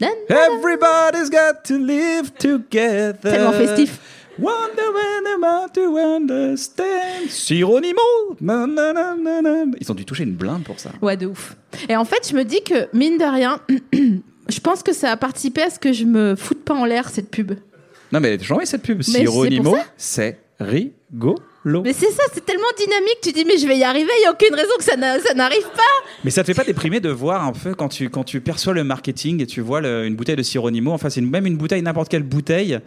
Speaker 1: Dan-
Speaker 3: Everybody's got to live together.
Speaker 1: Tellement festif.
Speaker 3: Wonder when I'm out to understand. Sironimo. Na, na, na, na, na. Ils ont dû toucher une blinde pour ça.
Speaker 1: Ouais, de ouf. Et en fait, je me dis que, mine de rien, je pense que ça a participé à ce que je me foute pas en l'air cette pub.
Speaker 3: Non, mais elle est jamais cette pub.
Speaker 1: c'est
Speaker 3: Sironimo,
Speaker 1: pour ça.
Speaker 3: c'est rigolo.
Speaker 1: Mais c'est ça, c'est tellement dynamique, tu dis, mais je vais y arriver, il n'y a aucune raison que ça n'a- ça n'arrive pas.
Speaker 3: Mais ça te fait pas déprimer de voir un peu quand tu, quand tu perçois le marketing et tu vois le- une bouteille de Sironimo, enfin c'est une- même une bouteille, n'importe quelle bouteille.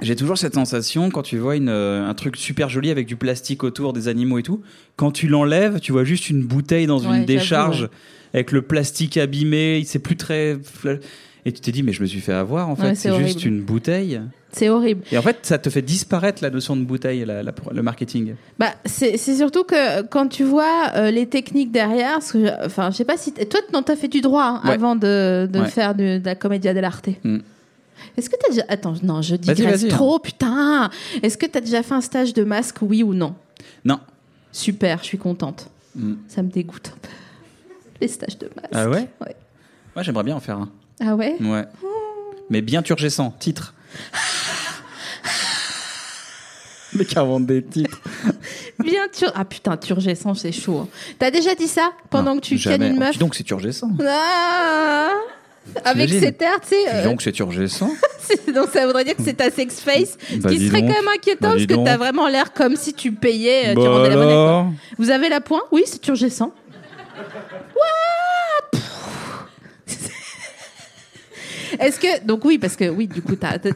Speaker 3: J'ai toujours cette sensation quand tu vois une, euh, un truc super joli avec du plastique autour, des animaux et tout. Quand tu l'enlèves, tu vois juste une bouteille dans
Speaker 1: Ouais,
Speaker 3: une
Speaker 1: j'avoue,
Speaker 3: décharge
Speaker 1: ouais.
Speaker 3: avec le plastique abîmé, c'est plus très. Et tu t'es dit, mais je me suis fait avoir en fait,
Speaker 1: Ouais, c'est
Speaker 3: c'est juste
Speaker 1: horrible.
Speaker 3: une bouteille.
Speaker 1: C'est horrible.
Speaker 3: Et en fait, ça te fait disparaître la notion de bouteille, la- la- le marketing.
Speaker 1: Bah, c'est c'est surtout que quand tu vois euh, les techniques derrière, parce que je- enfin, je sais pas si. t- Toi, non, t'as fait du droit hein,
Speaker 3: Ouais.
Speaker 1: avant de, de
Speaker 3: Ouais.
Speaker 1: faire du- de la comédia dell'arte.
Speaker 3: Mm.
Speaker 1: Est-ce que t'as déjà. Attends, non, je
Speaker 3: Vas-y,
Speaker 1: digresse
Speaker 3: vas-y, hein.
Speaker 1: trop, putain Est-ce que t'as déjà fait un stage de masque, oui ou non
Speaker 3: Non.
Speaker 1: Super, je suis contente.
Speaker 3: Mm.
Speaker 1: Ça me dégoûte un peu. Les stages de masque.
Speaker 3: Ah ouais Mm.
Speaker 1: Ouais.
Speaker 3: Moi, j'aimerais bien en faire un.
Speaker 1: Ah ouais
Speaker 3: Ouais. Mais bien turgescent, titre. Mais qui invente des titres.
Speaker 1: Bien sûr. Ah putain, turgescent, c'est chaud. hein. T'as déjà dit ça pendant
Speaker 3: Non,
Speaker 1: que tu
Speaker 3: jamais.
Speaker 1: cannes une
Speaker 3: Oh,
Speaker 1: meuf
Speaker 3: dis donc, c'est turgescent.
Speaker 1: Ah Avec
Speaker 3: T'imagines
Speaker 1: cet air, tu sais.
Speaker 3: Dis
Speaker 1: euh,
Speaker 3: donc, c'est turgescent.
Speaker 1: c'est- donc ça voudrait dire que c'est ta sex face, ce
Speaker 3: Bah,
Speaker 1: qui
Speaker 3: dis
Speaker 1: serait
Speaker 3: donc.
Speaker 1: quand même inquiétant
Speaker 3: Bah,
Speaker 1: parce
Speaker 3: dis
Speaker 1: que t'as
Speaker 3: donc.
Speaker 1: vraiment l'air comme si tu payais, euh, tu
Speaker 3: Bah
Speaker 1: rendais la monnaie. quoi.
Speaker 3: alors
Speaker 1: Vous avez la pointe Oui, c'est turgescent. Ouah Pff. Est-ce que donc oui parce que oui du coup t'as t'as-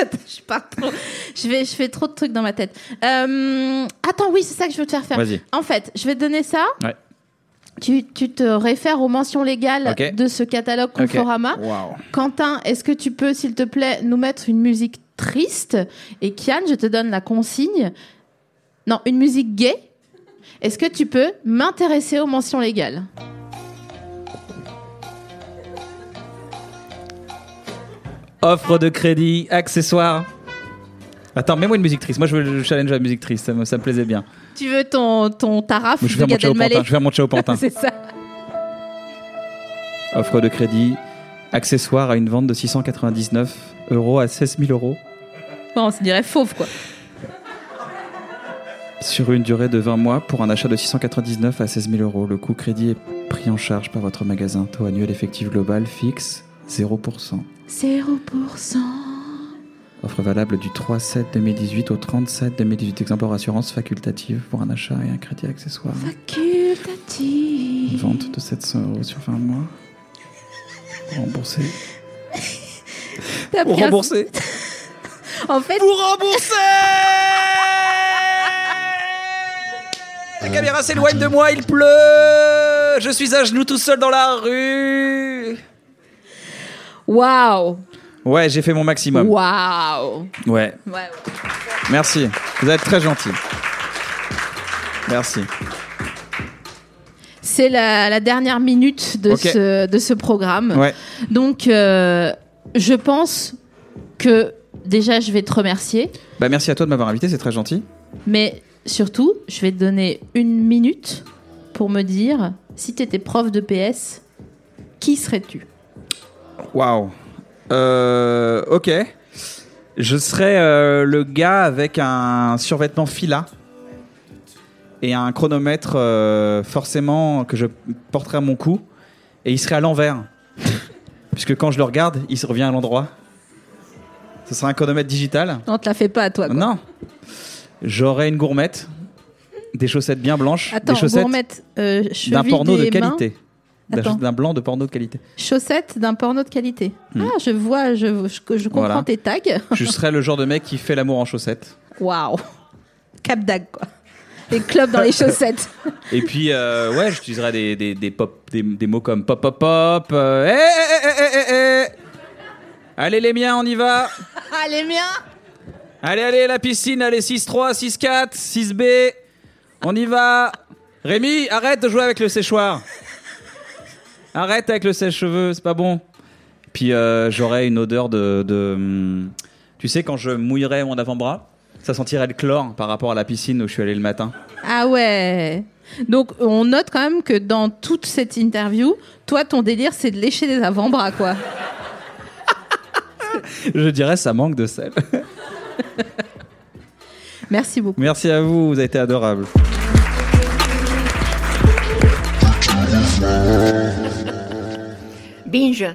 Speaker 1: Attends, je pars trop je vais je fais trop de trucs dans ma tête Euh, attends oui c'est ça que je veux te faire faire
Speaker 3: Vas-y.
Speaker 1: en fait je vais te donner ça
Speaker 3: Ouais.
Speaker 1: tu, tu te réfères aux mentions légales
Speaker 3: Ok.
Speaker 1: de ce catalogue
Speaker 3: Ok.
Speaker 1: Conforama
Speaker 3: Waouh.
Speaker 1: Quentin, est-ce que tu peux, s'il te plaît, nous mettre une musique triste Et Kian, je te donne la consigne. Non, une musique gay. Est-ce que tu peux m'intéresser aux mentions légales
Speaker 3: Offre de crédit, accessoires. Attends, mets-moi une musique triste. Moi, je veux le challenge à la musique triste. Ça me, ça me plaisait bien.
Speaker 1: Tu veux ton, ton taraf
Speaker 3: Je vais
Speaker 1: de
Speaker 3: faire mon
Speaker 1: Gad
Speaker 3: chat au
Speaker 1: Elmaleh
Speaker 3: pantin. Je vais faire mon chat au pantin.
Speaker 1: C'est ça.
Speaker 3: Offre de crédit, accessoire à une vente de 699 euros à 16 000 euros
Speaker 1: Bon, on se dirait fauve, quoi.
Speaker 3: sur une durée de 20 mois pour un achat de 699 à 16 000 euros. Le coût crédit est pris en charge par votre magasin. Taux annuel effectif global fixe 0%.
Speaker 1: 0%.
Speaker 3: Offre valable du 3-7-2018 au 37-2018. Exemple hors assurance facultative pour un achat et un crédit accessoire. Une
Speaker 1: Facultative.
Speaker 3: Vente de 700 euros sur 20 mois. Remboursé.
Speaker 1: T'as
Speaker 3: Pour
Speaker 1: pris un-
Speaker 3: rembourser
Speaker 1: En fait,
Speaker 3: Pour rembourser La caméra s'éloigne de moi, il pleut Je suis à genoux tout seul dans la rue
Speaker 1: waouh.
Speaker 3: Ouais, j'ai fait mon maximum.
Speaker 1: Waouh.
Speaker 3: Ouais,
Speaker 1: Ouais, ouais.
Speaker 3: merci. Vous êtes très gentils. Merci.
Speaker 1: C'est la, la dernière minute de,
Speaker 3: Ok.
Speaker 1: ce, de ce programme.
Speaker 3: Ouais.
Speaker 1: Donc, euh, je pense que déjà, je vais te remercier,
Speaker 3: Bah merci à toi de m'avoir invité, c'est très gentil.
Speaker 1: mais surtout, je vais te donner une minute pour me dire si tu étais prof de PS, qui serais-tu
Speaker 3: Waouh. Euh, ok. Je serais euh, le gars avec un survêtement fila et un chronomètre euh, forcément que je porterais à mon cou et il serait à l'envers. Puisque quand je le regarde, il se revient à l'endroit. Ce serait un chronomètre digital.
Speaker 1: On te la fait pas à toi. quoi.
Speaker 3: Ah Non. J'aurais une gourmette, des chaussettes bien blanches,
Speaker 1: Attends,
Speaker 3: des chaussettes
Speaker 1: gourmette, euh, cheville
Speaker 3: d'un porno
Speaker 1: des
Speaker 3: de
Speaker 1: mains,
Speaker 3: qualité. D'un-
Speaker 1: Attends.
Speaker 3: D'un blanc de porno de qualité.
Speaker 1: chaussettes d'un porno de qualité. Ah, je vois, je, je, je comprends
Speaker 3: Hmm. Voilà.
Speaker 1: tes tags.
Speaker 3: Je serais le genre de mec qui fait l'amour en chaussettes.
Speaker 1: Waouh. Cap d'ag, quoi. Les clubs dans les chaussettes.
Speaker 3: Et puis, euh, ouais, j'utiliserai des, des, des, pop, des, des mots comme pop, pop, pop. euh, Eh, eh, eh, eh, eh, eh. Allez, les miens, on y va.
Speaker 1: Ah, les miens
Speaker 3: Allez, allez, la piscine, allez, 6-3, 6-4, 6B. On y va. Rémi, arrête de jouer avec le séchoir. Arrête avec le sèche-cheveux, c'est pas bon. Puis euh, j'aurais une odeur de, de, hum, Tu sais, quand je mouillerais mon avant-bras, ça sentirait le chlore par rapport à la piscine où je suis allé le matin.
Speaker 1: Ah ouais. Donc on note quand même que dans toute cette interview, toi ton délire c'est de lécher des avant-bras quoi.
Speaker 3: Je dirais, ça manque de sel.
Speaker 1: Merci beaucoup.
Speaker 3: Merci à vous, vous avez été adorables.
Speaker 7: Binge.